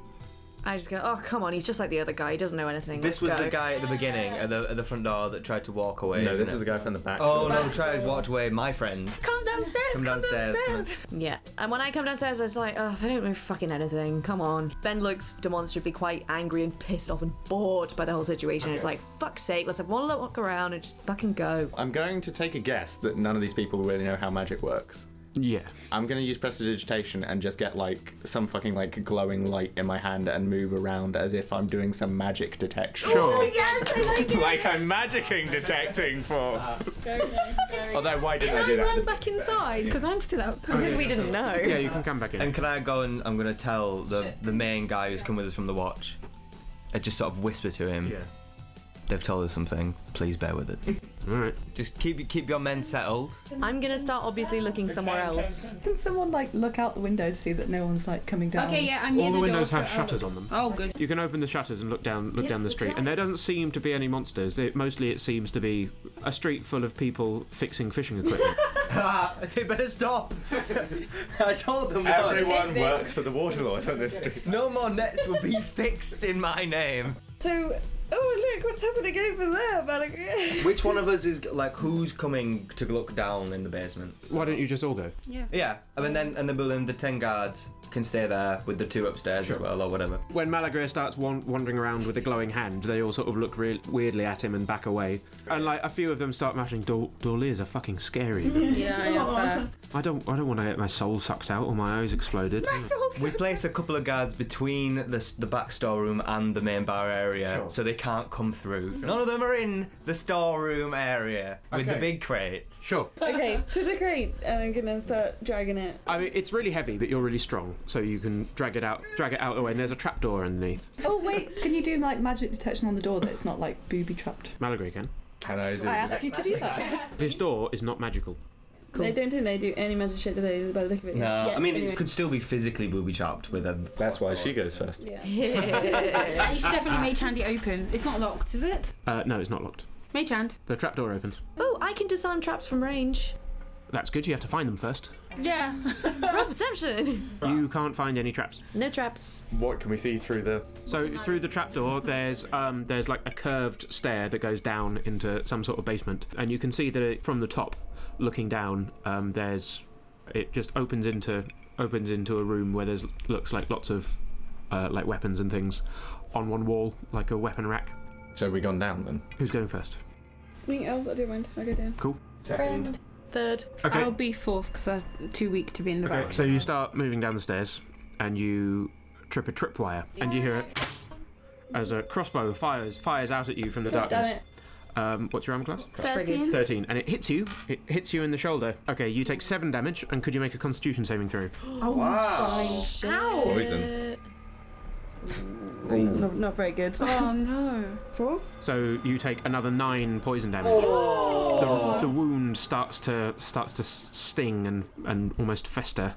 S8: I just go, oh, come on, he's just like the other guy. He doesn't know anything.
S4: This was
S8: Let's
S4: the
S8: go."
S4: guy at the beginning at the, at the front door that tried to walk away.
S11: No,
S4: isn't
S11: this
S4: it?
S11: is the guy from the back
S4: Oh
S11: door.
S4: no,
S11: Back
S4: tried walked away. My friend.
S5: Come downstairs.
S4: Come downstairs.
S8: Yeah. And when I come downstairs, I was like, oh, they don't know fucking anything. Come on. Ben looks demonstrably quite angry and pissed off and bored by the whole situation. It's like, fuck's sake, let's have one little walk around and just fucking go.
S11: I'm going to take a guess that none of these people really know how magic works.
S1: Yeah.
S11: I'm going to use prestidigitation and just get like some fucking like glowing light in my hand and move around as if I'm doing some magic detection.
S5: Oh,
S1: Sure.
S5: Yes, I like it.
S11: like I'm magicking detecting for. Although why did
S5: Can
S11: I
S5: I
S11: do
S5: run
S11: that?
S5: back inside? Because I'm still outside.
S8: Because we didn't know.
S1: Yeah, you can come back in.
S4: And can I go and I'm gonna tell the the main guy who's come with us from the watch? I just sort of whisper to him.
S1: Yeah.
S4: They've told us something. Please bear with us.
S11: *laughs*
S1: All right.
S4: Just keep keep your men settled. *laughs*
S8: I'm gonna start obviously looking somewhere else.
S6: *laughs* Can someone like look out the window to see that no one's like coming down?
S5: Okay,
S6: *laughs*
S5: yeah, I'm near
S1: All the
S5: the
S1: windows
S5: door,
S1: have
S5: so
S1: shutters on them.
S5: I'll- Oh, good.
S1: You can open the shutters and look down look
S5: Yes,
S1: down the
S5: we
S1: street,
S5: can.
S1: and there doesn't seem to be any monsters. It, mostly, it seems to be a street full of people fixing fishing
S5: *laughs*
S1: equipment.
S4: they
S11: *laughs*
S4: better stop. I told them.
S11: *laughs*
S4: not.
S11: Everyone works for the water lords on this street.
S4: No more nets will be *laughs* fixed in my name.
S7: so oh look what's happening over there, *laughs* Malachi.
S4: Which one of us is like who's coming to look down in the basement?
S1: Why don't you just all go?
S4: Yeah, I mean then and then we'll, the ten guards can stay there with the two upstairs as well or whatever.
S1: When Malagre starts wan- wandering around with a glowing hand, they all sort of look re- weirdly at him and back away. And like a few of them start muttering, "Dor- "Dorlears are fucking scary."
S5: Yeah, yeah, fair.
S1: I don't, I don't want to get my soul sucked out or my eyes exploded.
S4: We place a couple of guards between the s- the back storeroom and the main bar area,
S1: Sure.
S4: so they can't come through. None of them are in the storeroom area with the
S1: Okay.
S4: big crates.
S1: *laughs* Sure.
S7: *laughs* okay, to the crate, and I'm gonna start dragging it.
S1: I mean, it's really heavy, but you're really strong, so you can drag it out, drag it out of the way. And there's a trapdoor underneath.
S6: Oh wait, can you do like magic detection on the door that it's not like booby trapped?
S1: Malagre can.
S11: Can I do
S6: I asked you to do that.
S1: This door is not magical.
S7: I don't think they do any magic shit, do they? By the look of it.
S4: No,
S7: Yeah,
S4: I mean
S7: anyway.
S4: it could still be physically booby trapped with a.
S11: That's why she goes first.
S7: Yeah.
S5: *laughs* And you should
S7: *laughs*
S5: definitely mage hand it open. It's not locked, is it?
S1: Uh, no, it's not locked.
S5: Mage hand.
S1: The trapdoor opens.
S8: *laughs* Oh, I can disarm traps from range.
S1: That's good. You have to find them first.
S5: Yeah.
S8: Roll perception.
S1: You can't find any traps.
S8: No traps.
S11: What can we see through the?
S1: So through the trapdoor, there's um, there's like a curved stair that goes down into some sort of basement, and you can see that it, from the top, looking down, um, there's it just opens into opens into a room where there's looks like lots of uh, like weapons and things on one wall, like a weapon rack.
S11: So we gone down then.
S1: Who's going first?
S7: Me, elves, I don't mind. I'll go down.
S8: Friend. Third.
S1: Okay.
S5: I'll be fourth because I'm too weak to be in the
S1: Okay,
S5: back.
S1: so you start moving down the stairs and you trip a tripwire and you hear it. as a crossbow fires fires out at you from the
S7: God damn
S1: darkness. Um, what's your armor class?
S7: 13.
S1: 13 and it hits you it hits you in the shoulder okay you take 7 damage and could you make a constitution saving throw
S7: Oh, wow.
S8: Ow!
S3: Poison.
S7: Not, not very good.
S5: Oh no.
S7: Four?
S1: so you take another 9 poison damage the, the wound starts to starts to s- sting and and almost fester